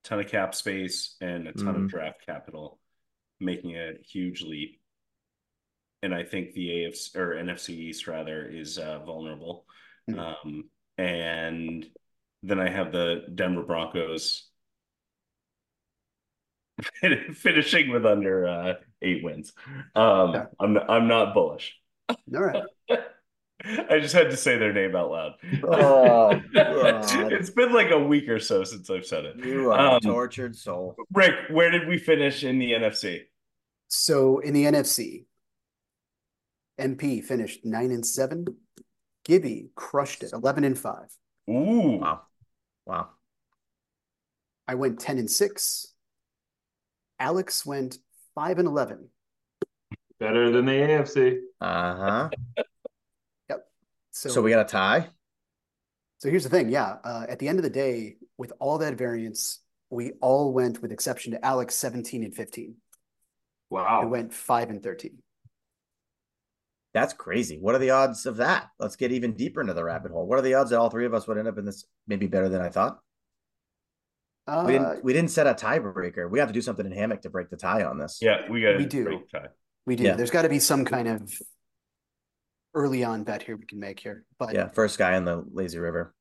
Speaker 1: ton of cap space and a ton
Speaker 2: Mhm.
Speaker 1: of draft capital, making a huge leap. And I think the AFC or NFC East rather is uh, vulnerable.
Speaker 3: Mhm.
Speaker 1: Um, and then I have the Denver Broncos finishing with under uh, eight wins. Um,
Speaker 3: Yeah.
Speaker 1: I'm I'm not bullish.
Speaker 3: All right.
Speaker 1: I just had to say their name out loud.
Speaker 2: Oh, God.
Speaker 1: it's been like a week or so since I've said it.
Speaker 2: You are
Speaker 1: Um,
Speaker 2: a tortured soul.
Speaker 1: Rick, where did we finish in the NFC?
Speaker 3: So in the NFC, MP finished nine and seven. Gibby crushed it, eleven and five.
Speaker 1: Ooh,
Speaker 2: Wow. Wow.
Speaker 3: I went ten and six. Alex went five and eleven.
Speaker 4: Better than the AFC.
Speaker 2: Uh huh.
Speaker 3: So,
Speaker 2: so we got a tie.
Speaker 3: so here's the thing. Yeah. Uh, at the end of the day, with all that variance, we all went, with exception to Alex, 17 and 15. I
Speaker 4: Wow.
Speaker 3: went 5 and 13.
Speaker 2: That's crazy. What are the odds of that? Let's get even deeper into the rabbit hole. What are the odds that all three of us would end up in this? Maybe better than I thought.
Speaker 3: Uh,
Speaker 2: We didn't. We didn't set a tiebreaker. We have to do something in hammock to break the tie on this.
Speaker 1: Yeah, we got
Speaker 3: We do.
Speaker 1: Tie.
Speaker 3: We do.
Speaker 2: Yeah.
Speaker 3: There's got to be some kind of early on bet here we can make here. But
Speaker 2: Yeah. First guy in the lazy river.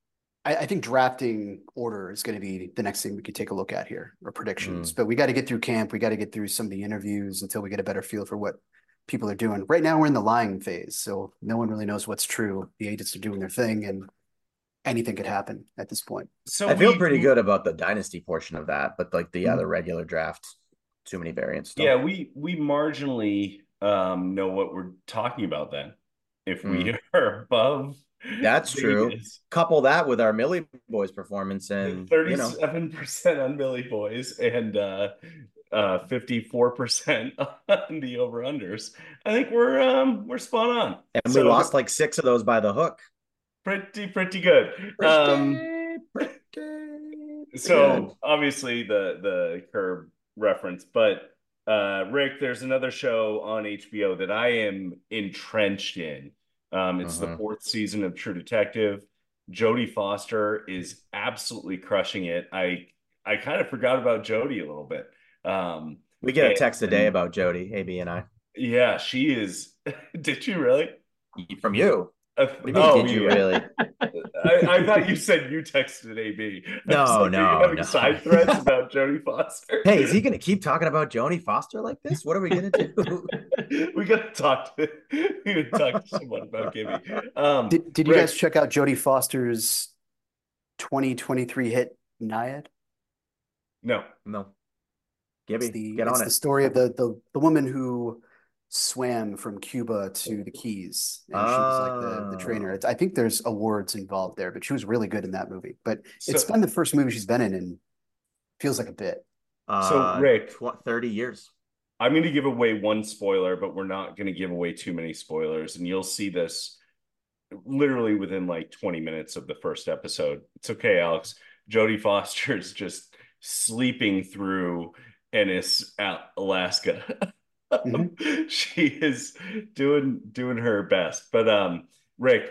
Speaker 3: I, I think drafting order is going to be the next thing we could take a look at here or predictions. But we got to get through camp. We got to get through some of the interviews until we get a better feel for what people are doing. Right now, we're in the lying phase. So no one really knows what's true. The agents are doing their thing and anything could happen at this point.
Speaker 1: So
Speaker 2: I feel
Speaker 1: we-
Speaker 2: pretty
Speaker 1: we-
Speaker 2: good about the dynasty portion of that, but like the yeah, the regular draft, too many variants. still.
Speaker 1: Yeah, we we marginally um, know what we're talking about then. If we are above,
Speaker 2: Mm. That's true. couple that with our Millie Boys performance, and you know,
Speaker 1: Thirty-seven percent on Billy Boys and uh, uh, fifty-four percent on the over/unders. I think we're um, we're spot on,
Speaker 2: and
Speaker 1: So,
Speaker 2: we lost like six of those by the hook.
Speaker 1: pretty pretty good. Um, so obviously the the curb reference but uh rick there's another show on hbo that i am entrenched in um it's the
Speaker 2: Mhm.
Speaker 1: fourth season of true detective jodie foster is absolutely crushing it i i kind of forgot about jodie a little bit um
Speaker 2: we get a text today about Jody, AB, and I
Speaker 1: yeah she is did you really Oh,
Speaker 2: from you.
Speaker 1: what
Speaker 2: What do you mean? did you really?
Speaker 1: I, I thought you said you texted AB. I was
Speaker 2: No,
Speaker 1: like,
Speaker 2: no,
Speaker 1: Are you having
Speaker 2: no.
Speaker 1: side threads about Jodie Foster?
Speaker 2: Hey, is he going to keep talking about Joni Foster like this? What are we going to do?
Speaker 1: we gotta talk to we gotta talk to someone about Gibby. Um,
Speaker 3: Did, did you
Speaker 1: Rick,
Speaker 3: guys check out Jodie Foster's 2023 hit, Naiad?
Speaker 1: No,
Speaker 2: no,
Speaker 3: It's
Speaker 2: Gibby,
Speaker 3: the,
Speaker 2: get
Speaker 3: it's
Speaker 2: on
Speaker 3: the
Speaker 2: it.
Speaker 3: story of the, the the woman who swam from Cuba to the Keys, and she was like the, the trainer.
Speaker 2: Oh.
Speaker 3: It's, I think there's awards involved there, but she was really good in that movie. But it's
Speaker 1: So-
Speaker 3: been the first movie she's been in, and feels like a bit.
Speaker 2: Uh,
Speaker 1: Rick-
Speaker 2: tw- thirty years.
Speaker 1: I'm gonna give away one spoiler, but we're not gonna give away too many spoilers, and you'll see this literally within like 20 minutes of the first episode. It's okay, Alex. Jodie Foster is just sleeping through Ennis, Al- Alaska. she is doing doing her best. But um, Rick,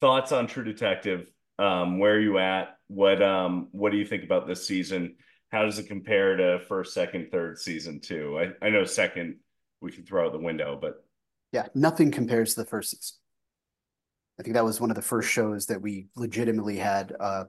Speaker 1: thoughts on True Detective? Um, where are you at? What um, what do you think about this season? How does it compare to first, second, third season two? I, I know second we can throw out the window, but
Speaker 3: Yeah, nothing compares to the first season. I think that was one of the first shows that we legitimately had, uh,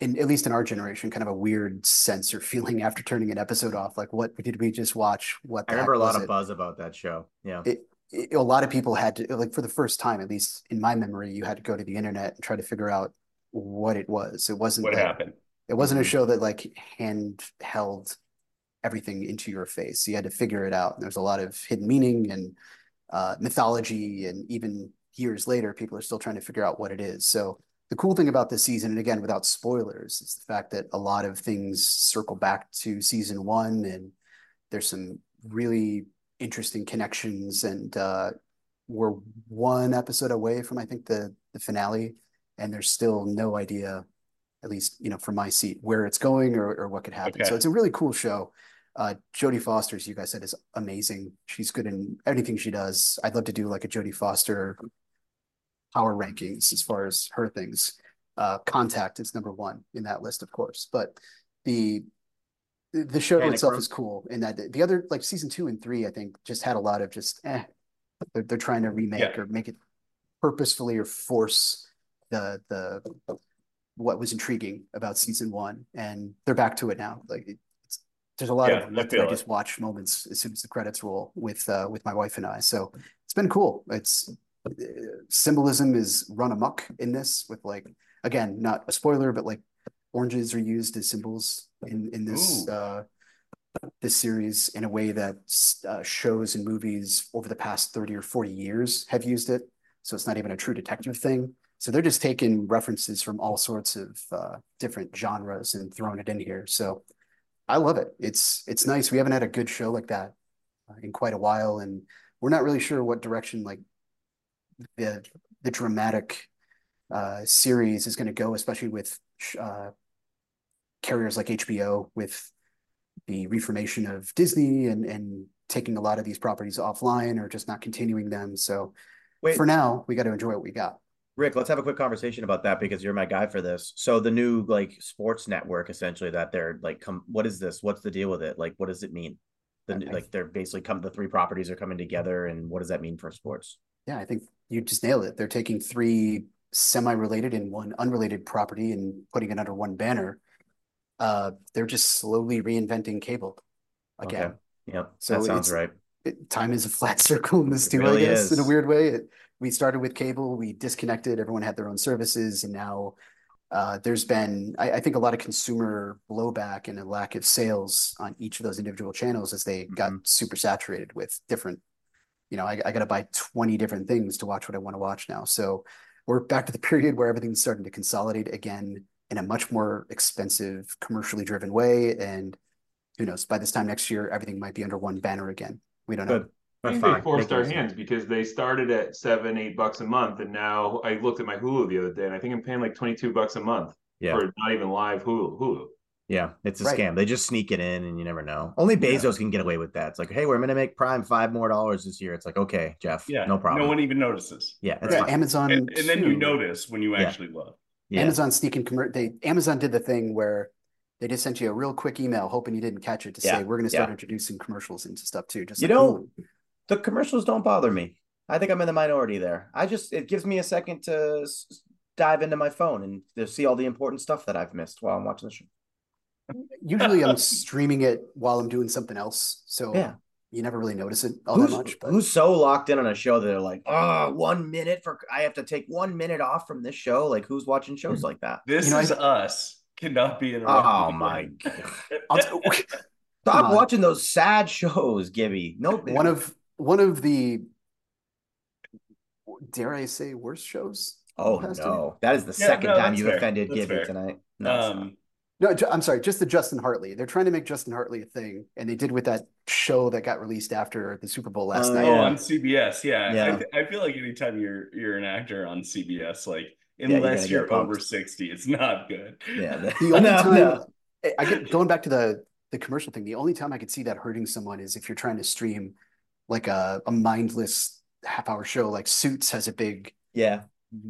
Speaker 3: in at least in our generation, kind of a weird sense or feeling after turning an episode off. Like, what did we just watch? What
Speaker 2: I
Speaker 3: the heck
Speaker 2: remember a lot
Speaker 3: was
Speaker 2: of
Speaker 3: it?
Speaker 2: buzz about that show. Yeah,
Speaker 3: it, it- a lot of people had to like for the first time at least in my memory you had to go to the internet and try to figure out what it was it wasn't
Speaker 1: what
Speaker 3: like-
Speaker 1: happened? Mm-hmm.
Speaker 3: it wasn't a
Speaker 2: Mhm.
Speaker 3: show that like hand held everything into your face you had to figure it out and there's a lot of hidden meaning and uh, mythology and even years later people are still trying to figure out what it is so the cool thing about this season and again without spoilers is the fact that a lot of things circle back to season one and there's some really interesting connections and uh, we're one episode away from i think the the finale and there's still no idea at least you know from my seat where it's going or, or what could happen
Speaker 1: Okay.
Speaker 3: so it's a really cool show uh, jodie foster's you guys said is amazing she's good in anything she does i'd love to do like a jodie foster power rankings as far as her things uh, contact is number one in that list of course but the the show
Speaker 2: Panic
Speaker 3: itself
Speaker 2: Room.
Speaker 3: is cool in that the other like season two and three i think just had a lot of just eh they're, they're trying to remake
Speaker 1: Yeah.
Speaker 3: or make it purposefully or force the the what was intriguing about season one and they're back to it now like it, it's, there's a lot
Speaker 1: Yeah, I
Speaker 3: of what did
Speaker 1: feel
Speaker 3: i
Speaker 1: it.
Speaker 3: just watch moments as soon as the credits roll with uh with my wife and i so it's been cool it's uh, symbolism is run amok in this with like again not a spoiler but like oranges are used as symbols in in this
Speaker 1: Ooh.
Speaker 3: uh this series in a way that uh, shows and movies over the past 30 or 40 years have used it. So it's not even a true detective thing. So they're just taking references from all sorts of uh, different genres and throwing it in here. So I love it. It's it's nice. We haven't had a good show like that uh, in quite a while, and we're not really sure what direction like the the dramatic uh, series is going to go, especially with uh, carriers like HBO, with the reformation of Disney and and taking a lot of these properties offline or just not continuing them. So
Speaker 2: Wait.
Speaker 3: for now, we got to enjoy what we got.
Speaker 2: Rick, let's have a quick conversation about that because you're my guy for this. So the new like sports network, essentially, that they're like, come, what is this? What's the deal with it? Like, what does it mean? The,
Speaker 3: I- I-
Speaker 2: like they're basically come. The three properties are coming together, and what does that mean for sports?
Speaker 3: Yeah, I think you just nailed it. They're taking three semi-related and one unrelated property and putting it under one banner. Uh, they're just slowly reinventing cable again.
Speaker 2: Okay. Yep,
Speaker 3: So
Speaker 2: that sounds
Speaker 3: it's-
Speaker 2: right.
Speaker 3: it- time is a flat circle in this
Speaker 2: It
Speaker 3: too,
Speaker 2: really
Speaker 3: I guess, in a
Speaker 2: is.
Speaker 3: weird way. It, we started with cable, we disconnected, everyone had their own services, and now uh, there's been, I, I think, a lot of consumer blowback and a lack of sales on each of those individual channels as they got
Speaker 2: Mm-hmm.
Speaker 3: super saturated with different, you know, I, I got to buy 20 different things to watch what I want to watch now. So we're back to the period where everything's starting to consolidate again in a much more expensive, commercially driven way. And who knows, by this time next year, everything might be under one banner again. We don't know.
Speaker 2: Good.
Speaker 4: I think they forced our hands because they started at seven, eight bucks a month, and now I looked at my Hulu the other day, and I think I'm paying like twenty-two bucks a month
Speaker 2: Yeah.
Speaker 4: for not even live Hulu. Hulu.
Speaker 2: Yeah, it's a
Speaker 3: Right.
Speaker 2: scam. They just sneak it in, and you never know. Only
Speaker 4: Yeah.
Speaker 2: Bezos can get away with that. It's like, hey, we're gonna make Prime five more dollars this year. It's like, okay, Jeff,
Speaker 1: Yeah,
Speaker 2: no problem.
Speaker 1: No one even notices.
Speaker 2: yeah, it's
Speaker 3: Yeah,
Speaker 2: fine.
Speaker 3: Amazon.
Speaker 1: And, and then you
Speaker 3: too.
Speaker 1: notice when you
Speaker 2: Yeah.
Speaker 1: actually look.
Speaker 2: yeah.
Speaker 3: Amazon sneaking commercial. They Amazon did the thing where they just sent you a real quick email, hoping you didn't catch it, to say
Speaker 2: Yeah,
Speaker 3: we're going to start
Speaker 2: yeah.
Speaker 3: introducing commercials into stuff too. Just
Speaker 2: You
Speaker 3: like
Speaker 2: know-
Speaker 3: Hulu.
Speaker 2: the commercials don't bother me. I think I'm in the minority there. I just it gives me a second to s- s- dive into my phone and to see all the important stuff that I've missed while I'm watching the show.
Speaker 3: usually I'm streaming it while I'm doing something else, so
Speaker 2: Yeah,
Speaker 3: you never really notice it all
Speaker 2: who's,
Speaker 3: that much. But
Speaker 2: who's so locked in on a show that they're like, oh, one minute for I have to take one minute off from this show. Like, who's watching
Speaker 3: Hmm.
Speaker 2: shows like that?
Speaker 1: This
Speaker 3: You know, I-
Speaker 1: is us. Cannot be interrupted.
Speaker 2: Oh my
Speaker 1: again. Um,
Speaker 2: god!
Speaker 3: I'll t- Come
Speaker 2: Stop
Speaker 3: on.
Speaker 2: watching those sad shows, Gibby. No,
Speaker 3: Uh, one of one of the dare I say worst shows. of the
Speaker 2: oh
Speaker 3: past year.
Speaker 2: no, that is the
Speaker 1: Yeah,
Speaker 2: second
Speaker 1: no,
Speaker 2: time
Speaker 1: that's
Speaker 2: you've
Speaker 1: fair.
Speaker 2: offended
Speaker 1: That's
Speaker 2: Gibby
Speaker 1: fair.
Speaker 2: tonight. No, it's not.
Speaker 1: Um,
Speaker 3: No, ju- I'm sorry, just the Justin Hartley. They're trying to make Justin Hartley a thing, and they did with that show that got released after the Super Bowl last
Speaker 2: Oh,
Speaker 3: night.
Speaker 1: Oh,
Speaker 2: yeah.
Speaker 1: on CBS, yeah.
Speaker 2: Yeah.
Speaker 1: I, th- I feel like anytime you're you're an actor on CBS, like
Speaker 2: you're
Speaker 1: unless
Speaker 2: gonna
Speaker 1: you're
Speaker 2: get pumped.
Speaker 1: over sixty, it's not good.
Speaker 2: yeah,
Speaker 3: The only
Speaker 2: No,
Speaker 3: time
Speaker 2: no.
Speaker 3: I- I get going back to the the commercial thing, the only time I could see that hurting someone is if you're trying to stream like a, a mindless half hour show. Like Suits has a big
Speaker 2: yeah.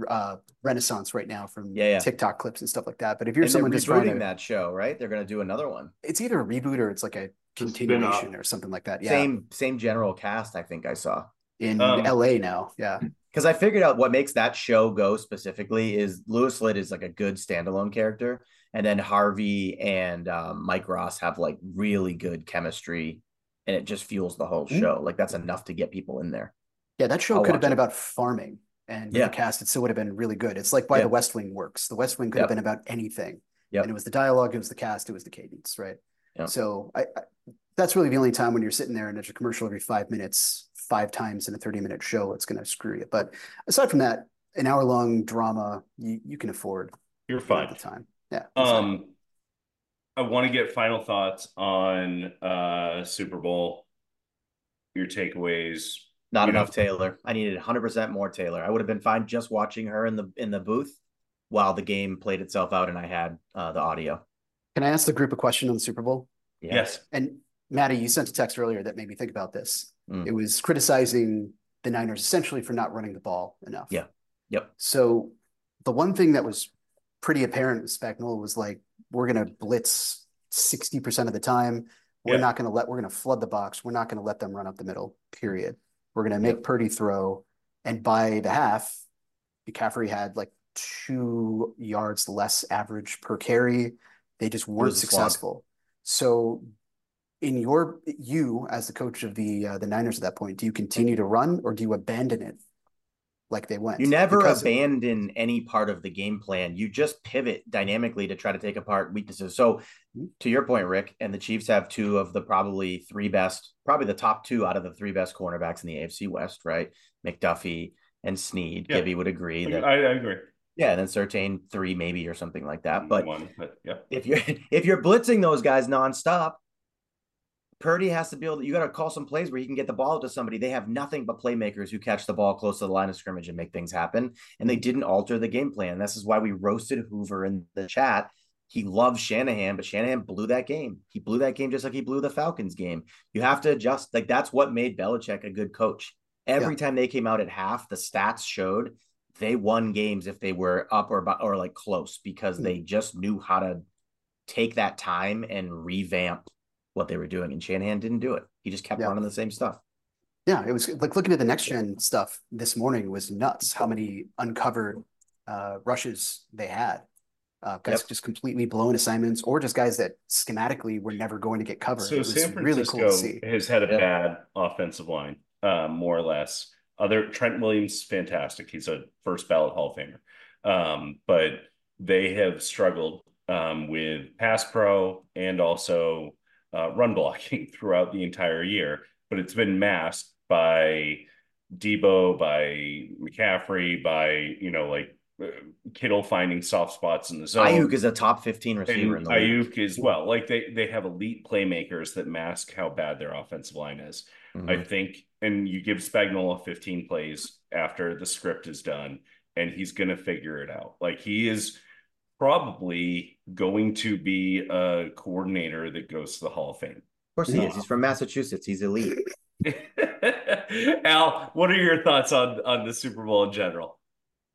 Speaker 3: uh, renaissance right now from
Speaker 2: Yeah, yeah.
Speaker 3: TikTok clips and stuff like that. But if you're
Speaker 2: and
Speaker 3: someone
Speaker 2: they're
Speaker 3: just trying
Speaker 2: rebooting
Speaker 3: to,
Speaker 2: that show, right? They're going to do another one.
Speaker 3: it's either a reboot or it's like a
Speaker 4: spin-off.
Speaker 3: continuation or something like that. Yeah,
Speaker 2: Same same general cast, I think I saw.
Speaker 3: in
Speaker 1: Um,
Speaker 3: LA now. Yeah,
Speaker 2: Because I figured out what makes that show go specifically is Lewis Litt is like a good standalone character, and then Harvey and um, Mike Ross have like really good chemistry, and it just fuels the whole
Speaker 1: Hmm.
Speaker 3: Mm.
Speaker 2: show. Like that's enough to get people in there.
Speaker 3: yeah, that show
Speaker 2: I'll
Speaker 3: could have
Speaker 2: watch
Speaker 3: been
Speaker 2: it.
Speaker 3: about farming and
Speaker 2: Yeah.
Speaker 3: the cast. It still would have been really good. It's like why
Speaker 2: Yeah.
Speaker 3: The West Wing works. The West Wing could have
Speaker 2: Yep.
Speaker 3: been about anything.
Speaker 2: Yep.
Speaker 3: And it was the dialogue, it was the cast, it was the cadence, right?
Speaker 2: Yep.
Speaker 3: So I, I that's really the only time when you're sitting there and there's a commercial every five minutes, five times in a 30 minute show, it's going to screw you. But aside from that, an hour long drama, you, you can afford
Speaker 1: You're
Speaker 3: at
Speaker 1: fine.
Speaker 3: the time. Yeah. exactly.
Speaker 1: Um, I want to get final thoughts on uh Super Bowl. Your takeaways.
Speaker 2: Not
Speaker 1: You know-
Speaker 2: enough Taylor. I needed 100% more Taylor. I would have been fine just watching her in the in the booth while the game played itself out and I had uh, the audio.
Speaker 3: Can I ask the group a question on the Super Bowl?
Speaker 2: Yeah.
Speaker 1: Yes.
Speaker 3: And Maddie, you sent a text earlier that made me think about this.
Speaker 2: Mm.
Speaker 3: It was criticizing the Niners essentially for not running the ball enough.
Speaker 2: Yeah. Yep.
Speaker 3: So the one thing that was pretty apparent with Spagnuolo was like, we're going to blitz 60% of the time. We're
Speaker 1: Yeah.
Speaker 3: not going to let, we're going to flood the box. We're not going to let them run up the middle, period. We're going to make Purdy throw. And by the half, McCaffrey had like two yards less average per carry. They just weren't
Speaker 2: was a slog.
Speaker 3: successful. So in your you as the coach of the uh, the Niners at that point, do you continue to run or do you abandon it like they went?
Speaker 2: You never
Speaker 3: Because-
Speaker 2: abandon any part of the game plan. You just pivot dynamically to try to take apart weaknesses. So,
Speaker 1: Mm-hmm.
Speaker 2: to your point, Rick, and the Chiefs have two of the probably three best, probably the top two out of the three best cornerbacks in the AFC West, right? McDuffie and Sneed.
Speaker 1: Yeah.
Speaker 2: Gibby would agree
Speaker 1: I,
Speaker 2: that,
Speaker 1: I agree.
Speaker 2: yeah, and then Certain three maybe or something like that. But
Speaker 1: One, but yeah.
Speaker 2: if you're if you're blitzing those guys nonstop, Purdy has to be able to, you got to call some plays where he can get the ball to somebody. They have nothing but playmakers who catch the ball close to the line of scrimmage and make things happen. And they didn't alter the game plan. This is why we roasted Hoover in the chat. He loves Shanahan, but Shanahan blew that game. He blew that game just like he blew the Falcons game. You have to adjust. Like that's what made Belichick a good coach. Every time they came out at half, the stats showed they won games if they were up or about, or like close because they just knew how to take that time and revamp what they were doing. And Shanahan didn't do it. He just kept
Speaker 3: Yeah.
Speaker 2: running the same stuff.
Speaker 3: Yeah, it was like looking at the next gen stuff this morning was nuts. How many uncovered uh, rushes they had? Uh, guys
Speaker 2: Yep.
Speaker 3: just completely blown assignments, or just guys that schematically were never going to get covered.
Speaker 1: So
Speaker 3: it was
Speaker 1: San
Speaker 3: really
Speaker 1: Francisco
Speaker 3: cool to see.
Speaker 1: has had a
Speaker 2: Yeah.
Speaker 1: bad offensive line, um, more or less. Other Trent Williams, fantastic. He's a first ballot Hall of Famer, um, but they have struggled um, with pass pro and also uh, run blocking throughout the entire year. But it's been masked by Debo, by McCaffrey, by you know like uh, Kittle finding soft spots in the zone.
Speaker 2: Ayuk is a top 15 receiver in
Speaker 1: And
Speaker 2: the league.
Speaker 1: Ayuk as well. Like they they have elite playmakers that mask how bad their offensive line is. I
Speaker 2: Mhm.
Speaker 1: think, and you give Spagnuolo 15 plays after the script is done, and he's gonna figure it out. Like he is probably going to be a coordinator that goes to the Hall of Fame.
Speaker 2: Of course he is. He's from Massachusetts. He's elite.
Speaker 1: Al, what are your thoughts on on the Super Bowl in general?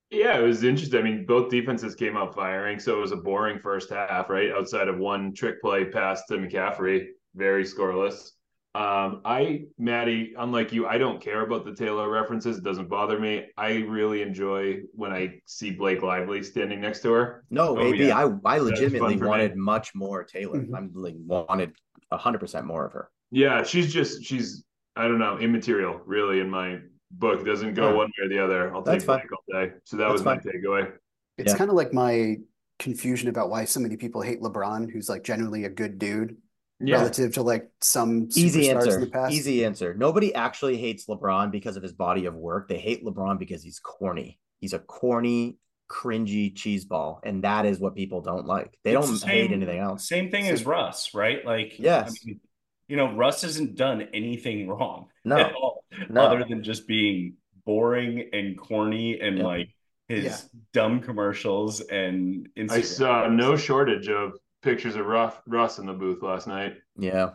Speaker 4: Yeah, it was interesting. I mean, both defenses came out firing, so it was a boring first half, right? Outside of one trick play pass to McCaffrey, very scoreless. Um, I, Maddie, unlike you, I don't care about the Taylor references. It doesn't bother me. I really enjoy when I see Blake Lively standing next to her.
Speaker 2: No,
Speaker 1: Oh,
Speaker 2: AB,
Speaker 1: yeah.
Speaker 2: I, I
Speaker 4: was
Speaker 2: legitimately
Speaker 4: fun for me.
Speaker 2: wanted much more Taylor.
Speaker 3: Mhm.
Speaker 2: I'm like wanted 100% more of her.
Speaker 4: Yeah, she's just she's I don't know immaterial really in my book. Doesn't go
Speaker 2: Yeah.
Speaker 4: one way or the other. I'll
Speaker 2: That's
Speaker 4: take Blake all day. So that
Speaker 2: That's
Speaker 4: was my takeaway.
Speaker 3: It's
Speaker 2: Yeah.
Speaker 3: kind of like my confusion about why so many people hate LeBron, who's like genuinely a good dude
Speaker 4: Yeah,
Speaker 3: relative to like some
Speaker 2: Easy
Speaker 3: superstars
Speaker 2: answer.
Speaker 3: in the past.
Speaker 2: Easy answer. Nobody actually hates LeBron because of his body of work. They hate LeBron because he's corny. He's a corny, cringy cheese ball. And that is what people don't like. They
Speaker 1: It's
Speaker 2: don't
Speaker 1: the
Speaker 2: hate
Speaker 1: same-
Speaker 2: anything else.
Speaker 1: Same thing as Russ, right? Like
Speaker 2: Yes.
Speaker 1: I mean, you know, Russ hasn't done anything wrong.
Speaker 2: No,
Speaker 1: at all,
Speaker 2: no.
Speaker 1: other than just being boring and corny and
Speaker 2: Yeah.
Speaker 1: like his
Speaker 3: Yeah.
Speaker 1: dumb commercials and Instagram. Oh,
Speaker 4: I saw
Speaker 1: posts.
Speaker 4: no shortage of pictures of Ruff, Russ in the booth last night.
Speaker 2: Yeah.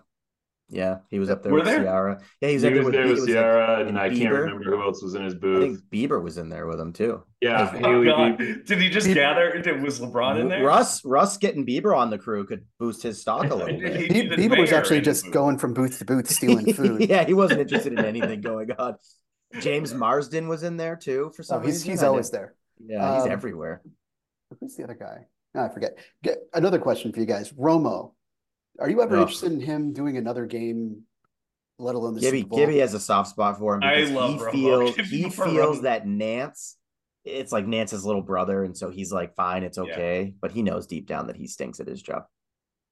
Speaker 2: Yeah. He was up there
Speaker 1: Were
Speaker 2: with
Speaker 1: there?
Speaker 2: Ciara. Yeah, he was
Speaker 4: he
Speaker 2: up there
Speaker 4: was
Speaker 2: with,
Speaker 4: there
Speaker 2: Bie-
Speaker 4: with
Speaker 2: it was like-
Speaker 4: Sierra,
Speaker 2: and
Speaker 4: and I can't
Speaker 2: Bieber.
Speaker 4: remember who else was in his
Speaker 2: I
Speaker 4: booth.
Speaker 2: think Bieber was in there with him too.
Speaker 4: yeah,
Speaker 2: I-
Speaker 1: Oh,
Speaker 4: Haley
Speaker 1: God.
Speaker 4: Bieber.
Speaker 1: Did he just
Speaker 3: Bieber-
Speaker 1: gather? Did, was LeBron in there?
Speaker 2: Russ Russ getting Bieber on the crew could boost his stock a little bit.
Speaker 1: He
Speaker 3: Be-
Speaker 1: needed
Speaker 3: Bieber was
Speaker 1: mayor
Speaker 3: actually
Speaker 1: in the
Speaker 3: just
Speaker 1: booth.
Speaker 3: going from booth to booth stealing food.
Speaker 2: yeah, he wasn't interested in anything going on. James Marsden was in there too for
Speaker 3: So
Speaker 2: some
Speaker 3: Oh, he's
Speaker 2: reason.
Speaker 3: he's
Speaker 2: I
Speaker 3: always
Speaker 2: didn't-
Speaker 3: there.
Speaker 2: Yeah, he's
Speaker 3: Um,
Speaker 2: everywhere.
Speaker 3: Who's the other guy? No, I forget. Get another question for you guys. Romo, are you ever
Speaker 2: Ugh.
Speaker 3: interested in him doing another game, let alone the
Speaker 2: Gibby
Speaker 3: Super Bowl?
Speaker 2: Gibby has a soft spot for him
Speaker 1: I
Speaker 2: because
Speaker 1: love
Speaker 2: he
Speaker 1: Romo.
Speaker 2: feels
Speaker 1: Give
Speaker 2: he
Speaker 1: me more
Speaker 2: feels
Speaker 1: Romo.
Speaker 2: that Nance it's like Nance's little brother, and so he's like, fine, it's
Speaker 1: Yeah.
Speaker 2: okay. But he knows deep down that he stinks at his job.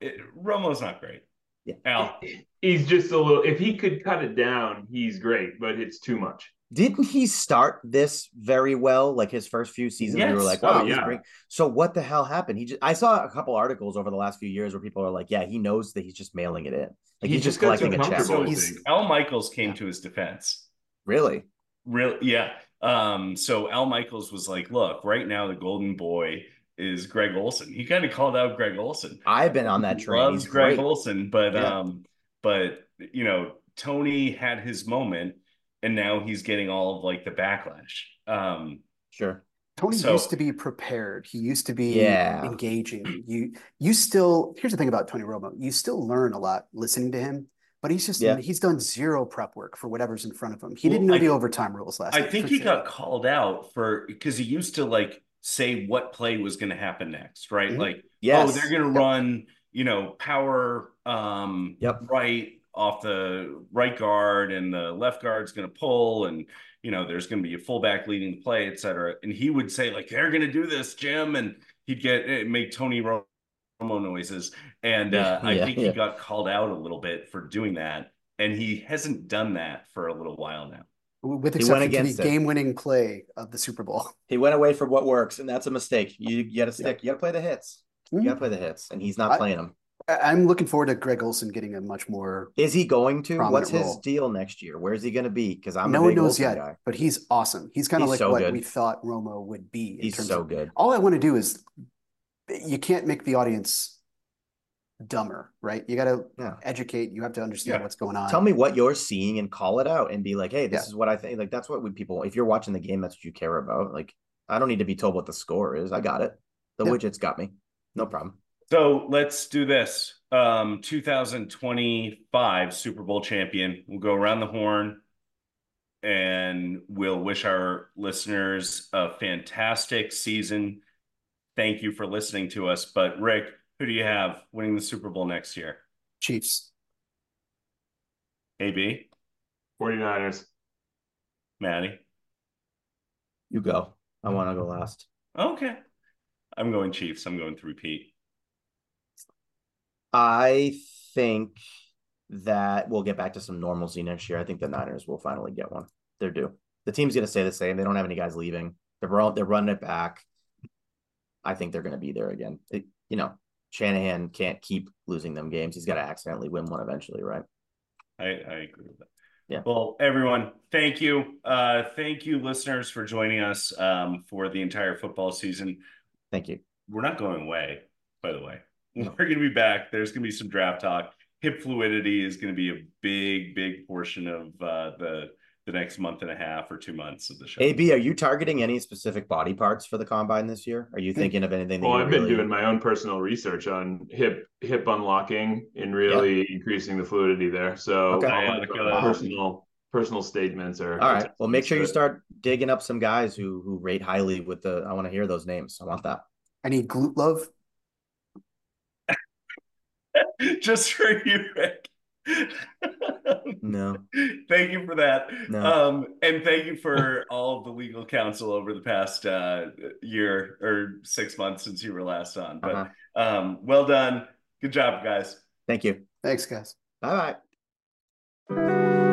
Speaker 1: It- Romo's not great.
Speaker 2: Yeah.
Speaker 1: Al,
Speaker 4: He's just a little. If he could cut it down, he's great, but it's too much.
Speaker 2: Didn't he start this very well? Like his first few seasons, we were
Speaker 1: Yes.
Speaker 2: like,
Speaker 4: Oh,
Speaker 2: "Wow, he's
Speaker 4: yeah.
Speaker 2: great." So what the hell happened? He just, I saw a couple articles over the last few years where people are like, "Yeah, he knows that he's just mailing it in. Like
Speaker 4: He
Speaker 2: he's just
Speaker 4: just got too
Speaker 2: collecting a check."
Speaker 4: comfortable.
Speaker 1: so
Speaker 4: I
Speaker 1: he's-
Speaker 4: think.
Speaker 1: Al Michaels came to his defense.
Speaker 2: Really?
Speaker 1: Really, yeah. Um, so Al Michaels was like, "Look, right now the golden boy is Greg Olson." He kind of called out Greg Olson.
Speaker 2: I've been on that train.
Speaker 1: Loves
Speaker 2: He's
Speaker 1: Greg
Speaker 2: great.
Speaker 1: Olson, but
Speaker 2: Yeah.
Speaker 1: um, but you know, Tony had his moment, and now he's getting all of like the backlash. Um,
Speaker 2: Sure.
Speaker 3: Tony
Speaker 1: So-
Speaker 3: used to be prepared. He used to be
Speaker 2: Yeah.
Speaker 3: engaging. You you still here's the thing about Tony Romo. You still learn a lot listening to him, but he's just
Speaker 2: Yeah.
Speaker 3: he's done zero prep work for whatever's in front of him. He
Speaker 1: Well,
Speaker 3: didn't know
Speaker 1: I-
Speaker 3: the overtime rules last
Speaker 1: I
Speaker 3: night,
Speaker 1: think
Speaker 3: for
Speaker 1: he
Speaker 3: sure.
Speaker 1: got called out for because he used to like say what play was going to happen next, right?
Speaker 2: Mm-hmm.
Speaker 3: Mhm.
Speaker 1: Like,
Speaker 2: Yes.
Speaker 1: oh, they're going to run, you know, power um
Speaker 2: Yep.
Speaker 1: right off the right guard and the left guard's going to pull and you know, there's going to be a fullback leading the play, et cetera. And he would say like, they're going to do this, Jim, and he'd get eh, make Tony Romo noises, and uh, I
Speaker 2: Yeah,
Speaker 1: think
Speaker 2: yeah.
Speaker 1: he got called out a little bit for doing that, and he hasn't done that for a little while now.
Speaker 3: with
Speaker 2: He went
Speaker 3: exception to
Speaker 2: against
Speaker 3: the
Speaker 2: it.
Speaker 3: game-winning play of the Super Bowl.
Speaker 2: He went away from what works, and that's a mistake. You, you got to stick. You got to play the hits. You got to play the hits, and he's not
Speaker 3: I-
Speaker 2: playing them.
Speaker 3: Hmm? I- I'm looking forward to Greg Olson getting a much more.
Speaker 2: Is he going to?
Speaker 3: Prominent
Speaker 2: What's his
Speaker 3: role.
Speaker 2: deal next year? Where's he going to be? Because I'm
Speaker 3: no
Speaker 2: a
Speaker 3: one
Speaker 2: big
Speaker 3: knows
Speaker 2: Olsen
Speaker 3: yet,
Speaker 2: guy.
Speaker 3: but he's awesome. He's kind
Speaker 2: He's
Speaker 3: of like
Speaker 2: so
Speaker 3: what
Speaker 2: good.
Speaker 3: we thought Romo would be. In
Speaker 2: He's
Speaker 3: terms
Speaker 2: so
Speaker 3: of,
Speaker 2: good.
Speaker 3: all I want to do is, you can't make the audience dumber, right? You got to
Speaker 2: Yeah.
Speaker 3: educate. You have to understand
Speaker 1: Yeah.
Speaker 3: what's going on.
Speaker 2: Tell me what you're seeing and call it out and be like, hey, this
Speaker 3: Yeah.
Speaker 2: is what I think. Like that's what we people. If you're watching the game, that's what you care about. Like I don't need to be told what the score is. I got it. The
Speaker 3: Yeah.
Speaker 2: widget's got me. No problem.
Speaker 1: So let's do this. Um, 2025 Super Bowl champion. We'll go around the horn and we'll wish our listeners a fantastic season. Thank you for listening to us. But, Rick, who do you have winning the Super Bowl next year?
Speaker 3: Chiefs.
Speaker 1: AB,
Speaker 4: 49ers.
Speaker 1: Maddie.
Speaker 2: You go. I want to go last.
Speaker 1: Okay. I'm going Chiefs. I'm going through Pete.
Speaker 2: I think that we'll get back to some normalcy next year. I think the Niners will finally get one. They're due. The team's going to stay the same. They don't have any guys leaving. They're run, they're running it back. I think they're going to be there again. It- you know, Shanahan can't keep losing them games. He's got to accidentally win one eventually, right?
Speaker 1: I, I agree with that.
Speaker 2: Yeah.
Speaker 1: Well, everyone, thank you. Uh, thank you, listeners, for joining us um, for the entire football season.
Speaker 2: Thank you.
Speaker 1: We're not going away, by the way. We're going to be back. There's going to be some draft talk. Hip fluidity is going to be a big, big portion of uh, the the next month and a half or two months of the show.
Speaker 2: AB, are you targeting any specific body parts for the combine this year? Are you thinking of anything? That
Speaker 4: Hmm. Well,
Speaker 2: you
Speaker 4: I've been
Speaker 2: really-
Speaker 4: doing my own personal research on hip hip unlocking and really increasing the fluidity there. So
Speaker 2: Okay.
Speaker 4: my
Speaker 1: Oh, look at that.
Speaker 4: personal personal statements are
Speaker 2: All right. Well, make sure you
Speaker 4: But-
Speaker 2: start digging up some guys who who rate highly with the. I want to hear those names. I want that.
Speaker 3: Any glute love?
Speaker 1: Just for you, Rick.
Speaker 2: No.
Speaker 1: thank you for that.
Speaker 2: No.
Speaker 1: Um, and thank you for all of the legal counsel over the past uh, year or six months since you were last on. But
Speaker 2: Uh-huh.
Speaker 1: um, well done. Good job, guys.
Speaker 2: Thank you.
Speaker 3: Thanks, guys.
Speaker 2: Bye bye.